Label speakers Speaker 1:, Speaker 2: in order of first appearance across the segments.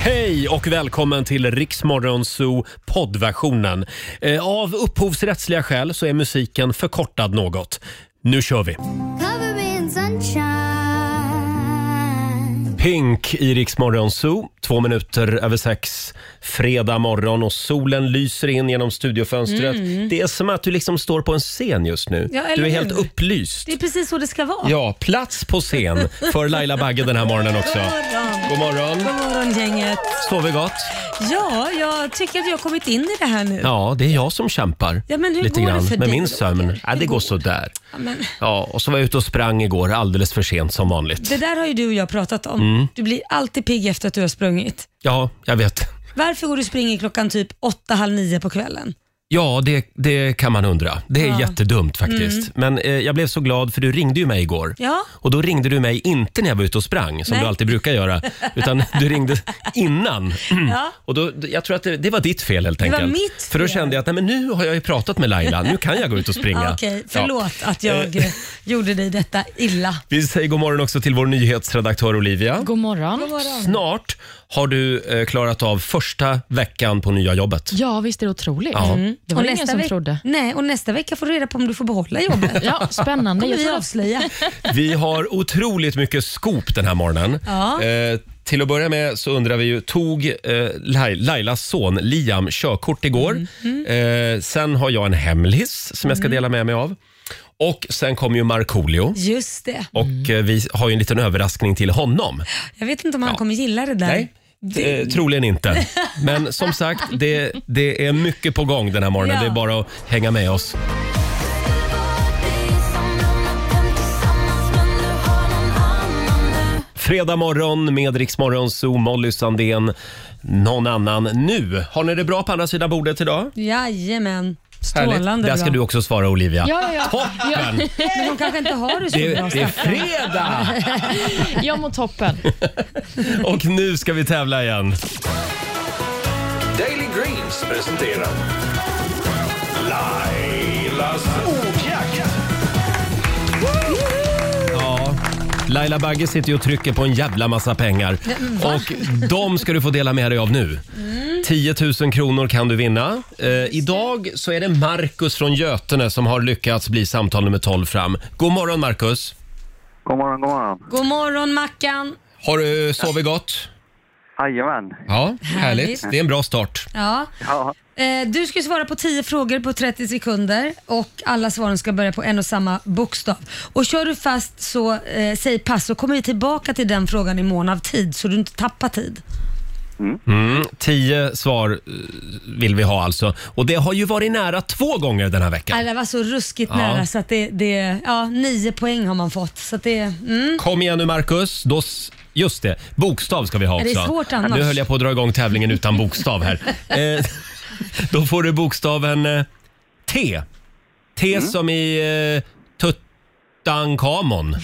Speaker 1: Hej och välkommen till Riksmorgon Zoo poddversionen. Eh, Av upphovsrättsliga skäl så är musiken förkortad något. Nu kör vi!
Speaker 2: Cover me in sunshine.
Speaker 1: Pink i Riksmorgon Zoo, två minuter över sex. Fredag morgon och solen lyser in genom studiofönstret. Det är som att du liksom står på en scen just nu.
Speaker 3: Mm, Ja, eller
Speaker 1: du är helt
Speaker 3: hur?
Speaker 1: upplyst.
Speaker 3: Det är precis så det ska vara.
Speaker 1: Ja, plats på scen för Laila Bagge den här morgonen också.
Speaker 3: God
Speaker 1: God
Speaker 3: morgon.
Speaker 1: morgon.
Speaker 3: God morgon gänget.
Speaker 1: Sover gott?
Speaker 3: Ja, jag tycker att jag har kommit in i det här nu.
Speaker 1: Ja, det är jag som kämpar.
Speaker 3: Ja, men hur
Speaker 1: lite
Speaker 3: går det
Speaker 1: grann
Speaker 3: för
Speaker 1: med
Speaker 3: dig,
Speaker 1: min
Speaker 3: Roger?
Speaker 1: sömn. Ja, det
Speaker 3: Hur
Speaker 1: går
Speaker 3: går
Speaker 1: sådär.
Speaker 3: Ja, men,
Speaker 1: Ja, och så var jag ute och sprang igår alldeles för sent som vanligt.
Speaker 3: det där har ju du och jag pratat om.
Speaker 1: Mm.
Speaker 3: Du blir alltid pigg efter att du har sprungit.
Speaker 1: Ja, jag vet.
Speaker 3: Varför går du och springer klockan typ åtta, halv nio på kvällen?
Speaker 1: Ja, det, det kan man undra. Det är
Speaker 3: Ja. Mm.
Speaker 1: jättedumt faktiskt. Men eh, jag blev så glad för du ringde ju mig igår.
Speaker 3: Ja.
Speaker 1: Och då ringde du mig inte när jag var ute och sprang, som
Speaker 3: Nej.
Speaker 1: du alltid brukar göra, utan du ringde innan.
Speaker 3: Ja.
Speaker 1: Och då, jag tror att det, det var ditt fel helt
Speaker 3: var
Speaker 1: enkelt.
Speaker 3: mitt
Speaker 1: För då
Speaker 3: fel.
Speaker 1: kände jag att nej, men nu har jag ju pratat med Laila, nu kan jag gå ut och springa.
Speaker 3: Ja, Okej,
Speaker 1: Ja.
Speaker 3: förlåt att jag eh, gjorde dig detta illa.
Speaker 1: Vi säger god morgon också till vår nyhetsredaktör Olivia.
Speaker 4: God morgon.
Speaker 1: Snart har du eh, klarat av första veckan på nya jobbet.
Speaker 4: Ja, visst är det otroligt.
Speaker 1: Ja. Mm.
Speaker 4: Det var
Speaker 3: Och
Speaker 4: det ingen
Speaker 3: nästa
Speaker 4: som
Speaker 3: veck-
Speaker 4: trodde.
Speaker 3: Nej, och nästa vecka får du reda på om du får behålla jobbet.
Speaker 4: Ja, spännande.
Speaker 3: kommer
Speaker 4: Jag
Speaker 3: vi
Speaker 4: tror-
Speaker 3: att avslöja.
Speaker 1: Vi har otroligt mycket skop den här morgonen.
Speaker 3: Ja.
Speaker 1: Eh, till att börja med så undrar vi ju, tog eh, Lai- Lailas son Liam körkort igår?
Speaker 3: Mm.
Speaker 1: Eh, sen har jag en hemlis som jag ska dela med mig av. Och sen kom ju Markoolio.
Speaker 3: Just det.
Speaker 1: Och eh, vi har ju en liten överraskning till honom.
Speaker 3: Jag vet inte om han kommer gilla det där.
Speaker 1: Nej, eh, troligen inte. Men som sagt, det, det är mycket på gång den här morgonen.
Speaker 3: Ja.
Speaker 1: Det är bara att hänga med oss. Fredag morgon med Riksmorgon, Zoo, Molly Sandén, någon annan. Nu, har ni det bra på andra sidan bordet idag?
Speaker 3: Jajamän.
Speaker 1: Härligt.
Speaker 3: Strålande
Speaker 1: Där
Speaker 3: bra.
Speaker 1: ska du också svara Olivia.
Speaker 4: Ja, ja, ja.
Speaker 1: Toppen!
Speaker 3: Men de kanske inte har det så
Speaker 1: Det,
Speaker 3: bra.
Speaker 1: det är fredag!
Speaker 4: Jag mår toppen.
Speaker 1: Och nu ska vi tävla igen.
Speaker 5: Daily Greens presenterar Lailas ordjakt.
Speaker 1: Ja. Laila Bagge sitter ju och trycker på en jävla massa pengar. Och de ska du få dela med dig av nu. 10 000 kronor kan du vinna. Eh, idag så är det Markus från Götene som har lyckats bli samtal nummer 12 fram. God morgon Markus!
Speaker 6: God morgon, god morgon.
Speaker 3: God morgon Mackan.
Speaker 1: Har du sovit gott?
Speaker 6: Jajamän.
Speaker 1: Ja, härligt.
Speaker 3: Härligt.
Speaker 1: Det är en bra start.
Speaker 3: Ja.
Speaker 6: Ja,
Speaker 3: Eh, Du ska svara på 10 frågor på 30 sekunder och alla svaren ska börja på en och samma bokstav. Och kör du fast så eh, säg pass så kommer vi tillbaka till den frågan i mån av tid så du inte tappar tid.
Speaker 1: Mm, tio svar eh, vill vi ha alltså. Och det har ju varit nära två gånger den här
Speaker 3: Ja.
Speaker 1: veckan.
Speaker 3: Det var så ruskigt
Speaker 1: Ja.
Speaker 3: nära så att det, det ja, nio poäng har man fått. Så att det, mm.
Speaker 1: Kom igen nu Marcus. Då s- just det, bokstav ska vi ha
Speaker 3: Är det
Speaker 1: också.
Speaker 3: svårt annars?
Speaker 1: Nu höll jag på att dra igång tävlingen utan bokstav här. Eh, då får du bokstaven eh, T. T
Speaker 3: Mm.
Speaker 1: som i eh, Tutankhamon.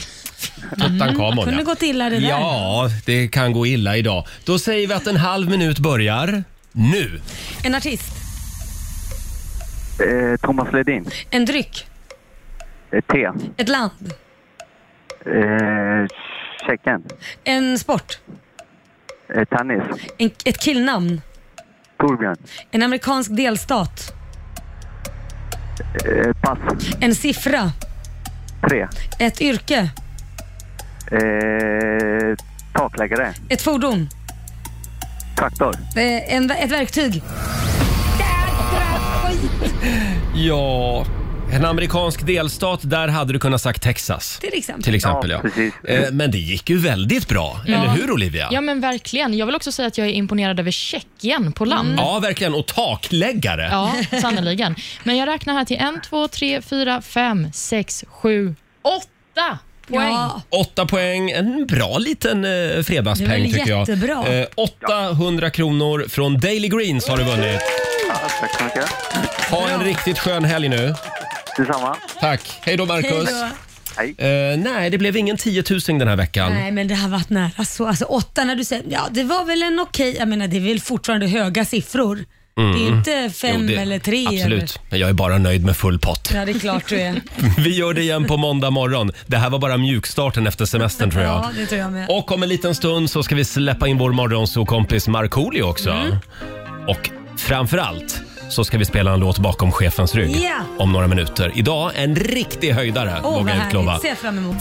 Speaker 1: Tutankhamon,
Speaker 3: Mm, Kunde
Speaker 1: ja.
Speaker 3: gått illa det där.
Speaker 1: Ja, det kan gå illa idag. Då säger vi att en halv minut börjar nu.
Speaker 3: En artist,
Speaker 6: eh, Thomas Ledin.
Speaker 3: en dryck,
Speaker 6: Eh, T.
Speaker 3: ett land,
Speaker 6: Eh, Tjeckien.
Speaker 3: en sport,
Speaker 6: Eh, tennis.
Speaker 3: en, ett killnamn,
Speaker 6: Torbjörn.
Speaker 3: en amerikansk delstat,
Speaker 6: Eh, pass.
Speaker 3: en siffra,
Speaker 6: Tre.
Speaker 3: ett yrke,
Speaker 6: Eh, takläggare.
Speaker 3: ett fordon,
Speaker 6: Traktor.
Speaker 3: eh, en, ett verktyg.
Speaker 1: Ja, en amerikansk delstat, där hade du kunnat sagt Texas.
Speaker 3: Till exempel.
Speaker 1: Till exempel
Speaker 6: Ja,
Speaker 1: ja.
Speaker 6: precis.
Speaker 1: Eh, Men det gick ju väldigt bra, eller hur Olivia?
Speaker 4: Ja, men verkligen. Jag vill också säga att jag är imponerad över Tjeckien på land.
Speaker 1: Ja, verkligen. Och takläggare.
Speaker 4: Mm. Ja, sannerligen. Men jag räknar här till en, två, tre, fyra, fem, sex, sju, åtta poäng.
Speaker 3: Ja.
Speaker 1: Åtta poäng, en bra liten eh, fredagspeng
Speaker 3: Det är väl
Speaker 1: tycker jag.
Speaker 3: jättebra.
Speaker 1: Eh, 800 kronor från Daily Greens har du vunnit.
Speaker 6: Ja, tack så mycket.
Speaker 1: Ha en riktigt skön helg nu.
Speaker 6: Detsamma.
Speaker 1: Tack. Hej då Marcus.
Speaker 3: Hej då.
Speaker 6: Hej.
Speaker 1: Eh, nej, det blev ingen 10 000 den här veckan.
Speaker 3: Nej men det har varit nära så. Alltså åtta när du säger, ja det var väl en okej, jag menar det är väl fortfarande höga siffror. Det är ju inte fem
Speaker 1: Mm. Jo, det-
Speaker 3: eller tre. Eller,
Speaker 1: Absolut, men jag är bara nöjd med full pott.
Speaker 3: ja, det är klart du är.
Speaker 1: Vi gör det igen på måndag morgon. Det här var bara mjukstarten efter semestern tror jag.
Speaker 3: Ja, det tror jag med.
Speaker 1: Och om en liten stund så ska vi släppa in vår morgonsokompis Markoolio också.
Speaker 3: Mm.
Speaker 1: Och framför allt så ska vi spela en låt bakom chefens rygg
Speaker 3: Ja.
Speaker 1: om några minuter. Idag en riktig höjdare,
Speaker 3: Åh, vad
Speaker 1: vågar jag utlova.
Speaker 3: härligt. Ser jag fram emot.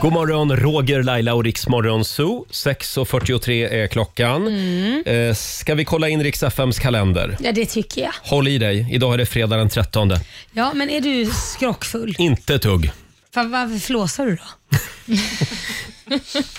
Speaker 1: God morgon, Roger, Laila och Riksmorgon Zoo. 6.43 är klockan.
Speaker 3: Mm.
Speaker 1: Eh, ska vi kolla in Rix FMs kalender?
Speaker 3: Ja, det tycker jag.
Speaker 1: Håll i dig, idag är det fredag den 13.
Speaker 3: Ja, men är du skrockfull?
Speaker 1: Inte tugg.
Speaker 3: Fan, varför flåsar du då?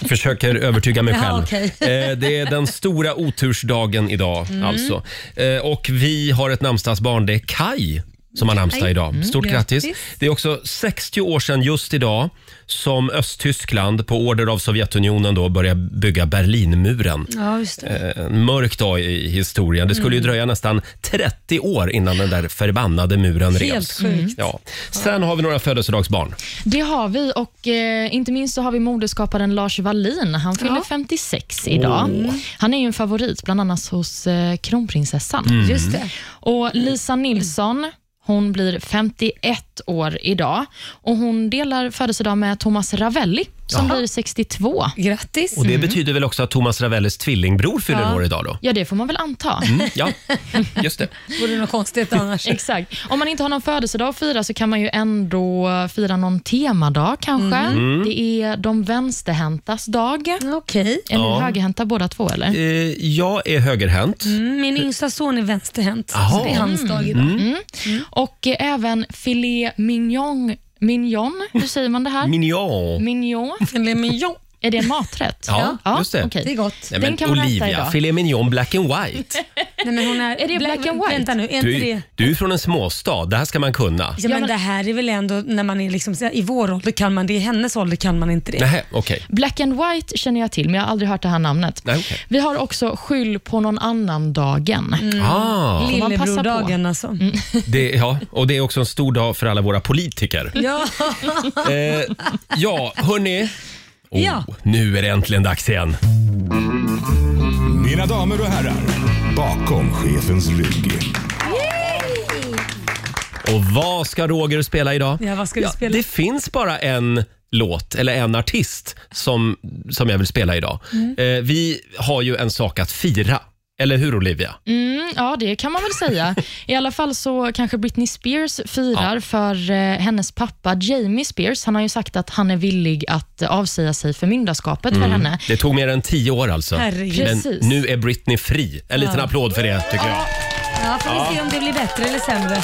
Speaker 1: Försöker övertyga mig
Speaker 3: Ja,
Speaker 1: själv.
Speaker 3: okej. Mm.
Speaker 1: Eh, det är den stora otursdagen idag alltså. Eh, och vi har ett namnsdagsbarn, det är Kai som har namnsdag idag. Stort grattis.
Speaker 3: Mm, grattis.
Speaker 1: Det är också 60 år sedan just idag som Östtyskland på order av Sovjetunionen då började bygga Berlinmuren.
Speaker 3: Ja, just det.
Speaker 1: Eh, En mörk dag i historien. Det
Speaker 3: Mm.
Speaker 1: skulle ju dröja nästan 30 år innan den där förbannade muren
Speaker 3: Helt
Speaker 1: revs.
Speaker 3: sjukt. Mm.
Speaker 1: Ja. Sen har vi några födelsedagsbarn.
Speaker 4: Det har vi och eh, inte minst så har vi moderskaparen Lars Wallin. Han fyller 56 idag. Han är ju en favorit, bland annat hos eh, kronprinsessan.
Speaker 1: Mm.
Speaker 3: Just det.
Speaker 4: Och Lisa Nilsson, hon blir 51 år idag och hon delar födelsedag med Thomas Ravelli som blir 62.
Speaker 3: Grattis.
Speaker 1: Och Det betyder väl också att Thomas Ravellis tvillingbror fyller
Speaker 3: Mm. Ja.
Speaker 1: år idag då?
Speaker 4: Ja, det får man väl anta.
Speaker 1: Mm, ja, just det.
Speaker 3: Vore det något konstigt annars?
Speaker 4: Exakt. Om man inte har någon födelsedag att fira så kan man ju ändå fira någon temadag kanske.
Speaker 1: Mm.
Speaker 4: Det är de vänsterhäntas dag.
Speaker 3: Okej.
Speaker 4: Är ni högerhänta båda två eller?
Speaker 1: Eh, jag är högerhänt.
Speaker 3: Mm, Min yngsta son är vänsterhänt,
Speaker 1: Jaha. Mm.
Speaker 3: så det är hans dag idag.
Speaker 4: Och eh, även filet mignon. Mignon, hur säger man det här? Mm.
Speaker 1: Mignon.
Speaker 4: Mignon,
Speaker 3: Eller mignon.
Speaker 4: är det en maträtt?
Speaker 1: Ja, just det.
Speaker 4: okej.
Speaker 3: Det är gott.
Speaker 1: Nej,
Speaker 4: Den
Speaker 1: men
Speaker 4: kan man äta
Speaker 1: Olivia,
Speaker 4: idag.
Speaker 1: filet mignon black and white.
Speaker 3: Nej, men hon är,
Speaker 4: Är det black and white?
Speaker 3: Vänta nu, är inte
Speaker 1: Du, är-
Speaker 3: det...
Speaker 1: du är från en småstad, det här ska man kunna.
Speaker 3: Ja, men,
Speaker 4: Ja, men-
Speaker 3: det här är väl ändå när man är liksom, så här, i vår ålder kan man det, i hennes ålder kan man inte det.
Speaker 1: Nähä, okej.
Speaker 4: Black and white känner jag till, men jag har aldrig hört det här namnet.
Speaker 1: Nej, okej.
Speaker 4: Vi har också skyll på någon annan-dagen.
Speaker 1: Ah,
Speaker 4: man passa på? Mm.
Speaker 3: Lillebrordagen alltså.
Speaker 1: det, ja, och det är också en stor dag för alla våra politiker.
Speaker 3: Ja.
Speaker 1: Eh, ja, hörni. Oh,
Speaker 3: Ja.
Speaker 1: Nu är det äntligen dags igen.
Speaker 5: Mina damer och herrar, bakom chefens rygg.
Speaker 1: Och vad ska Roger spela idag?
Speaker 3: Ja, vad ska du spela?
Speaker 1: Det finns bara en låt eller en artist som, som jag vill spela idag.
Speaker 3: Mm.
Speaker 1: Eh, vi har ju en sak att fira. Eller hur Olivia?
Speaker 4: Mm, ja, det kan man väl säga. I alla fall så kanske Britney Spears firar för eh, hennes pappa Jamie Spears. Han har ju sagt att han är villig att eh, avsäga sig förmyndarskapet
Speaker 1: Mm.
Speaker 4: för henne.
Speaker 1: Det tog mer än tio år alltså.
Speaker 3: Herregud.
Speaker 1: Men
Speaker 4: Precis.
Speaker 1: nu är Britney fri. En liten applåd för det tycker jag.
Speaker 3: ja, får vi se om det blir bättre eller sämre.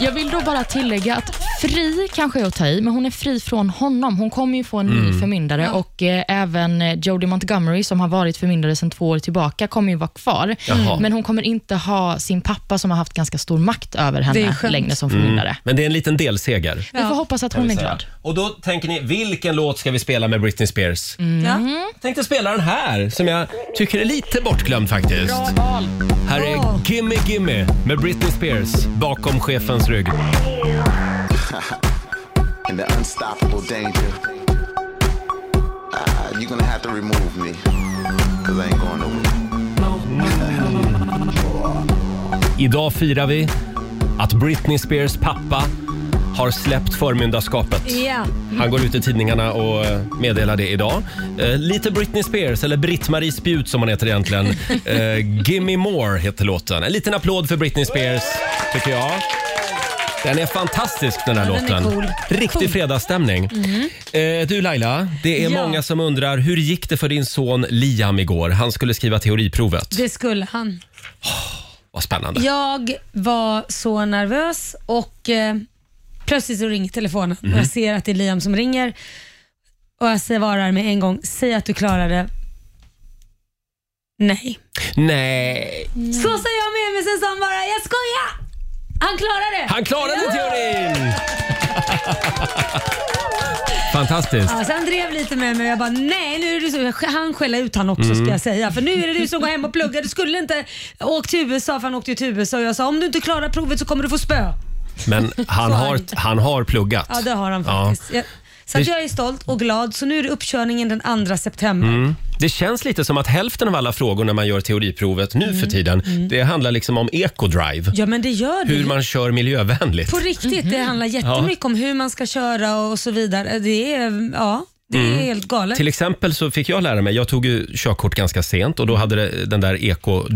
Speaker 4: Jag vill då bara tillägga att fri kanske är att ta i, men hon är fri från honom. Hon kommer ju få en
Speaker 1: Mm.
Speaker 4: ny förmyndare och eh, även eh, Jodie Montgomery som har varit förmyndare sedan två år tillbaka kommer ju vara kvar.
Speaker 1: Jaha.
Speaker 4: Men hon kommer inte ha sin pappa som har haft ganska stor makt över
Speaker 3: Det är
Speaker 4: henne
Speaker 3: skönt.
Speaker 4: längre som förmyndare.
Speaker 1: Men det är en liten delseger.
Speaker 4: Vi får hoppas att hon är glad.
Speaker 1: Och då tänker ni, vilken låt ska vi spela med Britney Spears?
Speaker 3: Mm.
Speaker 4: Mm.
Speaker 3: Ja.
Speaker 1: Tänkte spela den här som jag tycker är lite bortglömd faktiskt. Här är
Speaker 3: Bra.
Speaker 1: Gimme Gimme med Britney Spears bakom chefens rygg.
Speaker 2: and the unstoppable danger. Uh, you're gonna have to remove me, cause I ain't going nowhere.
Speaker 1: Idag firar vi att Britney Spears pappa har släppt förmyndarskapet.
Speaker 3: Ja.
Speaker 1: Han går ut i tidningarna och eh, meddelar det idag. Eh, lite Britney Spears, eller Britt-Marie Spjut som hon heter egentligen. Eh, Gimme More heter låten. En liten applåd för Britney Spears, tycker jag. Den är fantastisk den här
Speaker 3: Ja, den är
Speaker 1: låten.
Speaker 3: cool.
Speaker 1: Riktig
Speaker 3: Cool. Mhm.
Speaker 1: fredagsstämning. Eh, du Laila, det är
Speaker 3: Ja.
Speaker 1: många som undrar hur gick det för din son Liam igår? Han skulle skriva teoriprovet.
Speaker 3: Det skulle han.
Speaker 1: Vad spännande.
Speaker 3: Jag var så nervös och eh, plötsligt så ringer telefonen och jag ser att det är Liam som ringer och jag svarar med en gång, säg att du klarade Nej.
Speaker 1: Nej.
Speaker 3: Så sa jag med mig, sen sa han bara, jag skojar! Han klarade det!
Speaker 1: Han klarade teorin! Fantastiskt.
Speaker 3: Ja, så han drev lite med mig och jag bara nej nu är det du som... Han skällde ut han också
Speaker 1: Mm.
Speaker 3: ska jag säga. För nu är det du som går hem och pluggar. Du skulle inte åkt till USA för han åkte ju till USA och jag sa om du inte klarar provet så kommer du få spö.
Speaker 1: Men han
Speaker 3: Så
Speaker 1: har,
Speaker 3: arg.
Speaker 1: han har pluggat.
Speaker 3: Ja det har han
Speaker 1: Ja.
Speaker 3: faktiskt. Jag, Så att
Speaker 1: Det-
Speaker 3: jag är stolt och glad. Så nu är det uppkörningen den 2 september.
Speaker 1: Det känns lite som att hälften av alla frågor när man gör teoriprovet nu
Speaker 3: Mm,
Speaker 1: för tiden, det handlar liksom om eco-drive.
Speaker 3: Ja men det gör det.
Speaker 1: Hur man kör miljövänligt.
Speaker 3: På riktigt, det handlar jättemycket om hur man ska köra och så vidare. Det är, ja, det är helt galet.
Speaker 1: Mm. Till exempel så fick jag lära mig, jag tog ju körkort ganska sent och då hade det, den där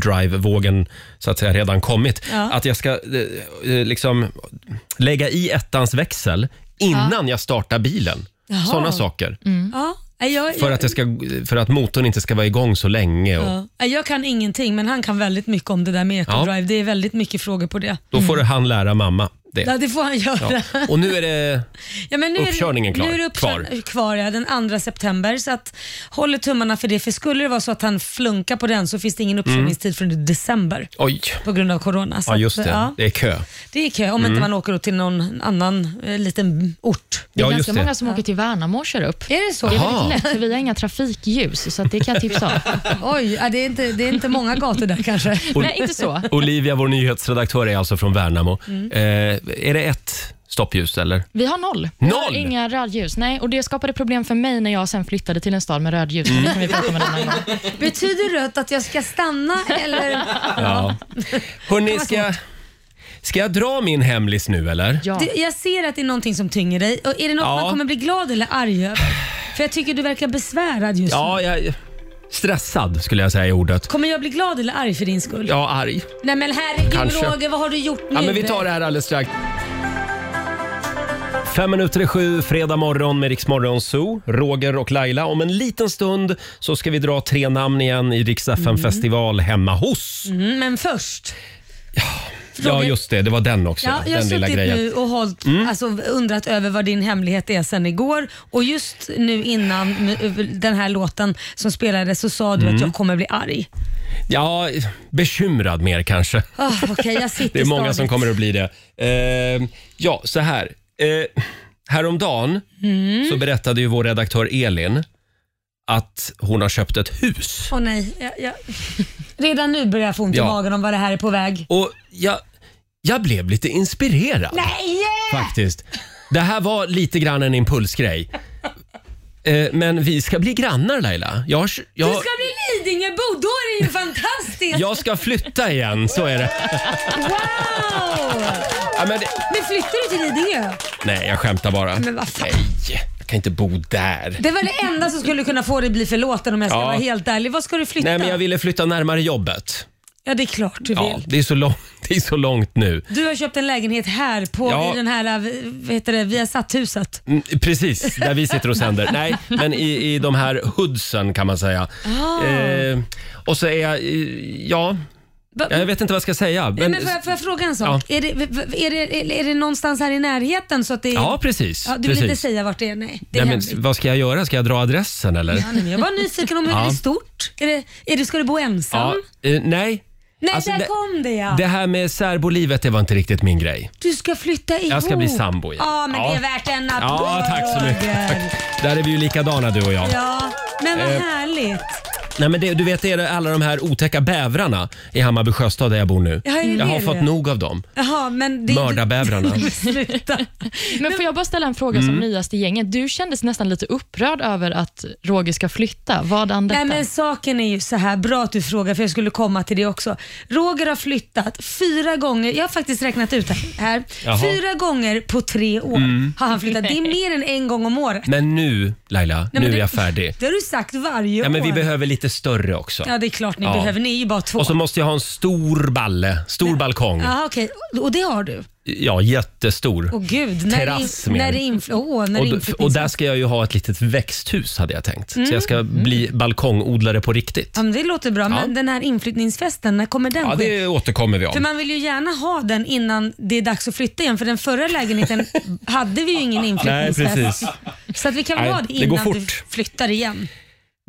Speaker 1: eco-drive-vågen så att säga redan kommit.
Speaker 3: Ja.
Speaker 1: Att jag ska eh, eh, liksom lägga i ettans växel innan jag startar bilen.
Speaker 3: Jaha.
Speaker 1: Sådana saker.
Speaker 3: Ja, nej, jag,
Speaker 1: För, att det ska, för att motorn inte ska vara igång så länge. Och
Speaker 3: ja. Nej, jag kan ingenting, men han kan väldigt mycket om det där med
Speaker 1: Ja.
Speaker 3: ecodrive. Det är väldigt mycket frågor på det.
Speaker 1: Då får han lära mamma det.
Speaker 3: Mm. Ja, det får han göra.
Speaker 1: Ja. Och nu är det...
Speaker 3: Ja, men nu är det-
Speaker 1: Uppkörningen klar.
Speaker 3: Nu är det uppkör,
Speaker 1: Kvar.
Speaker 3: kvar. ja, den 2 september. Så att, håller tummarna för det. För skulle det vara så att han flunkar på den så finns det ingen uppkörningstid förrän i december
Speaker 1: Oj.
Speaker 3: på grund av corona. Så
Speaker 1: Mm. Ja, just
Speaker 3: att,
Speaker 1: det. Mm.
Speaker 3: Ja,
Speaker 1: Det är kö.
Speaker 3: det är kö om inte man åker upp till någon annan eh, liten ort.
Speaker 4: Det är
Speaker 1: Ja, just
Speaker 4: ganska
Speaker 1: det.
Speaker 4: många som åker till Värnamo och kör upp.
Speaker 3: Är det så?
Speaker 4: Det är
Speaker 1: Jaha.
Speaker 4: väldigt lätt, för vi har inga trafikljus, så att det kan jag tipsa om.
Speaker 3: Oj, ja, det, är inte, det är inte många gator där kanske.
Speaker 4: Nej, inte så.
Speaker 1: Olivia, vår nyhetsredaktör, är alltså från Värnamo.
Speaker 3: Mm.
Speaker 1: Eh, är det ett stoppljus eller?
Speaker 4: Vi har noll. Vi har
Speaker 1: Noll?
Speaker 4: Inga rödljus. Nej, och det skapade problem för mig när jag sen flyttade till en stad med rödljus. Men Det kan vi prata om en annan gång.
Speaker 3: Betyder rött att jag ska stanna eller?
Speaker 1: Ja. Hörni, ska, jag- ska jag dra min hemlis nu eller?
Speaker 4: Ja.
Speaker 3: Du, jag ser att det är någonting som tynger dig. Och är det något
Speaker 1: Ja.
Speaker 3: man kommer bli glad eller arg över? För jag tycker du verkar besvärad just nu.
Speaker 1: Ja, jag... Stressad skulle jag säga är ordet.
Speaker 3: Kommer jag bli glad eller arg för din skull?
Speaker 1: Ja, arg.
Speaker 3: Nej men herregud
Speaker 1: Kanske.
Speaker 3: Roger, vad har du gjort nu?
Speaker 1: Ja, men vi tar det här alldeles strax. Fem minuter i sju, fredag morgon med Rix Morgon Zoo. Roger och Laila. Om en liten stund så ska vi dra tre namn igen i Rix FM festival hemma hos.
Speaker 3: Mm, men först.
Speaker 1: Ja,
Speaker 3: Roger.
Speaker 1: just det. Det var den också.
Speaker 3: Ja, jag har
Speaker 1: den lilla
Speaker 3: suttit
Speaker 1: grejen. Mm.
Speaker 3: nu och hållt, alltså, undrat över vad din hemlighet är sen igår och just nu innan m- den här låten som spelades så sa
Speaker 1: Mm.
Speaker 3: du att jag kommer bli arg.
Speaker 1: Ja, bekymrad mer kanske.
Speaker 3: Ah, Okej, jag sitter
Speaker 1: Det är många
Speaker 3: stadigt.
Speaker 1: som kommer att bli det. Eh, ja, så här. Eh, häromdagen
Speaker 3: Mm.
Speaker 1: så berättade ju vår redaktör Elin att hon har köpt ett hus.
Speaker 3: Åh nej, jag, jag... Redan nu börjar jag få ont i
Speaker 1: Ja.
Speaker 3: magen om vad det här är på väg.
Speaker 1: Och jag, jag blev lite inspirerad
Speaker 3: Nej!
Speaker 1: faktiskt. Det här var lite grann en impulsgrej. Eh, men vi ska bli grannar Laila. Jag, har- jag,
Speaker 3: Du ska bli Lidingöbo, då är det ju fantastiskt!
Speaker 1: jag ska flytta igen, så är det.
Speaker 3: Wow!
Speaker 1: Ja, men det
Speaker 3: Men flyttar du till Lidingö?
Speaker 1: nej, jag skämtar bara.
Speaker 3: Men vad fan.
Speaker 1: Nej, jag kan inte bo där.
Speaker 3: Det var det enda som skulle kunna få dig bli förlåten om jag ska
Speaker 1: Ja.
Speaker 3: vara helt ärlig. Vad ska du flytta?
Speaker 1: Nej, men jag ville flytta närmare jobbet.
Speaker 3: Ja, det är klart du
Speaker 1: Ja,
Speaker 3: vill.
Speaker 1: det är så långt, det är så långt nu.
Speaker 3: Du har köpt en lägenhet här på
Speaker 1: Ja.
Speaker 3: i den här, eh, vad heter det, Viasat-huset.
Speaker 1: Mm, precis, där vi sitter och sänder. Nej, men i, i de här hoodsen kan man säga.
Speaker 3: Ah.
Speaker 1: Eh, och så är jag, eh, ja,
Speaker 3: Va-
Speaker 1: jag vet inte vad jag ska säga.
Speaker 3: Nej,
Speaker 1: Men,
Speaker 3: men får, jag, får jag fråga en sak? Är, det, v- v- är, det, är det någonstans här i närheten så att det är...
Speaker 1: ja, precis.
Speaker 3: Ja, du vill
Speaker 1: precis.
Speaker 3: inte säga vart det är? Nej, det är
Speaker 1: Nej, men,
Speaker 3: hemligt.
Speaker 1: vad ska jag göra? Ska jag dra adressen eller?
Speaker 3: Ja, nej, men jag var nyfiken om hur det är stort. Är det, är det, ska du bo ensam?
Speaker 1: eh, nej.
Speaker 3: Nej,
Speaker 1: Alltså,
Speaker 3: där
Speaker 1: det-
Speaker 3: kom det ja.
Speaker 1: Det här med särbolivet, det var inte riktigt min grej.
Speaker 3: Du ska flytta ihop.
Speaker 1: Jag ska bli sambo igen.
Speaker 3: Ja, men
Speaker 1: Ja.
Speaker 3: det är värt en applåd
Speaker 1: Ja, tack så mycket.
Speaker 3: Roger.
Speaker 1: Tack. Där är vi ju likadana du och jag.
Speaker 3: Ja, men vad
Speaker 1: Eh.
Speaker 3: härligt.
Speaker 1: Nej, men det, du vet, det är alla de här otäcka bävrarna i Hammarby sjöstad där jag bor nu.
Speaker 3: Ja, är det
Speaker 1: jag har
Speaker 3: det?
Speaker 1: fått nog av dem.
Speaker 3: Jaha, men det
Speaker 1: Mördarbävrarna.
Speaker 3: Sluta.
Speaker 4: Men får jag bara ställa en fråga som nyaste i gänget? Du kändes nästan lite upprörd över att Roger ska flytta. Vad an detta?
Speaker 3: Nej men saken är ju så här bra att du frågar för jag skulle komma till det också. Roger har flyttat fyra gånger, jag har faktiskt räknat ut det här.
Speaker 1: Jaha. Mm.
Speaker 3: Fyra gånger på tre år har han flyttat. Det är mer än en gång om året.
Speaker 1: Men nu, Laila,
Speaker 3: men
Speaker 1: nu
Speaker 3: det-
Speaker 1: är jag färdig.
Speaker 3: Det har du sagt varje
Speaker 1: Ja, men
Speaker 3: år.
Speaker 1: vi behöver lite större också.
Speaker 3: ja det är klart ni
Speaker 1: Ja.
Speaker 3: behöver, ni är ju bara två.
Speaker 1: Och så måste jag ha en stor balle, stor balkong.
Speaker 3: Jaha, okej. Och det har du?
Speaker 1: Ja, jättestor.
Speaker 3: Åh gud, när
Speaker 1: Terrass
Speaker 3: det,
Speaker 1: med.
Speaker 3: när det, infl- åh, när
Speaker 1: Och,
Speaker 3: det
Speaker 1: d-
Speaker 3: inflyttnings-
Speaker 1: och där ska jag ju ha ett litet växthus hade jag tänkt. Så jag ska bli balkongodlare på riktigt.
Speaker 3: Mm. Ja, men det låter bra,
Speaker 1: Ja.
Speaker 3: men den här inflyttningsfesten, när kommer den
Speaker 1: Ja,
Speaker 3: ske?
Speaker 1: det återkommer vi
Speaker 3: För
Speaker 1: om.
Speaker 3: man vill ju gärna ha den innan det är dags att flytta igen, för den förra lägenheten hade vi ju ingen inflyttningsfest. Så att vi kan
Speaker 1: Nej,
Speaker 3: ha det
Speaker 1: det går
Speaker 3: innan du
Speaker 1: fort.
Speaker 3: flyttar igen.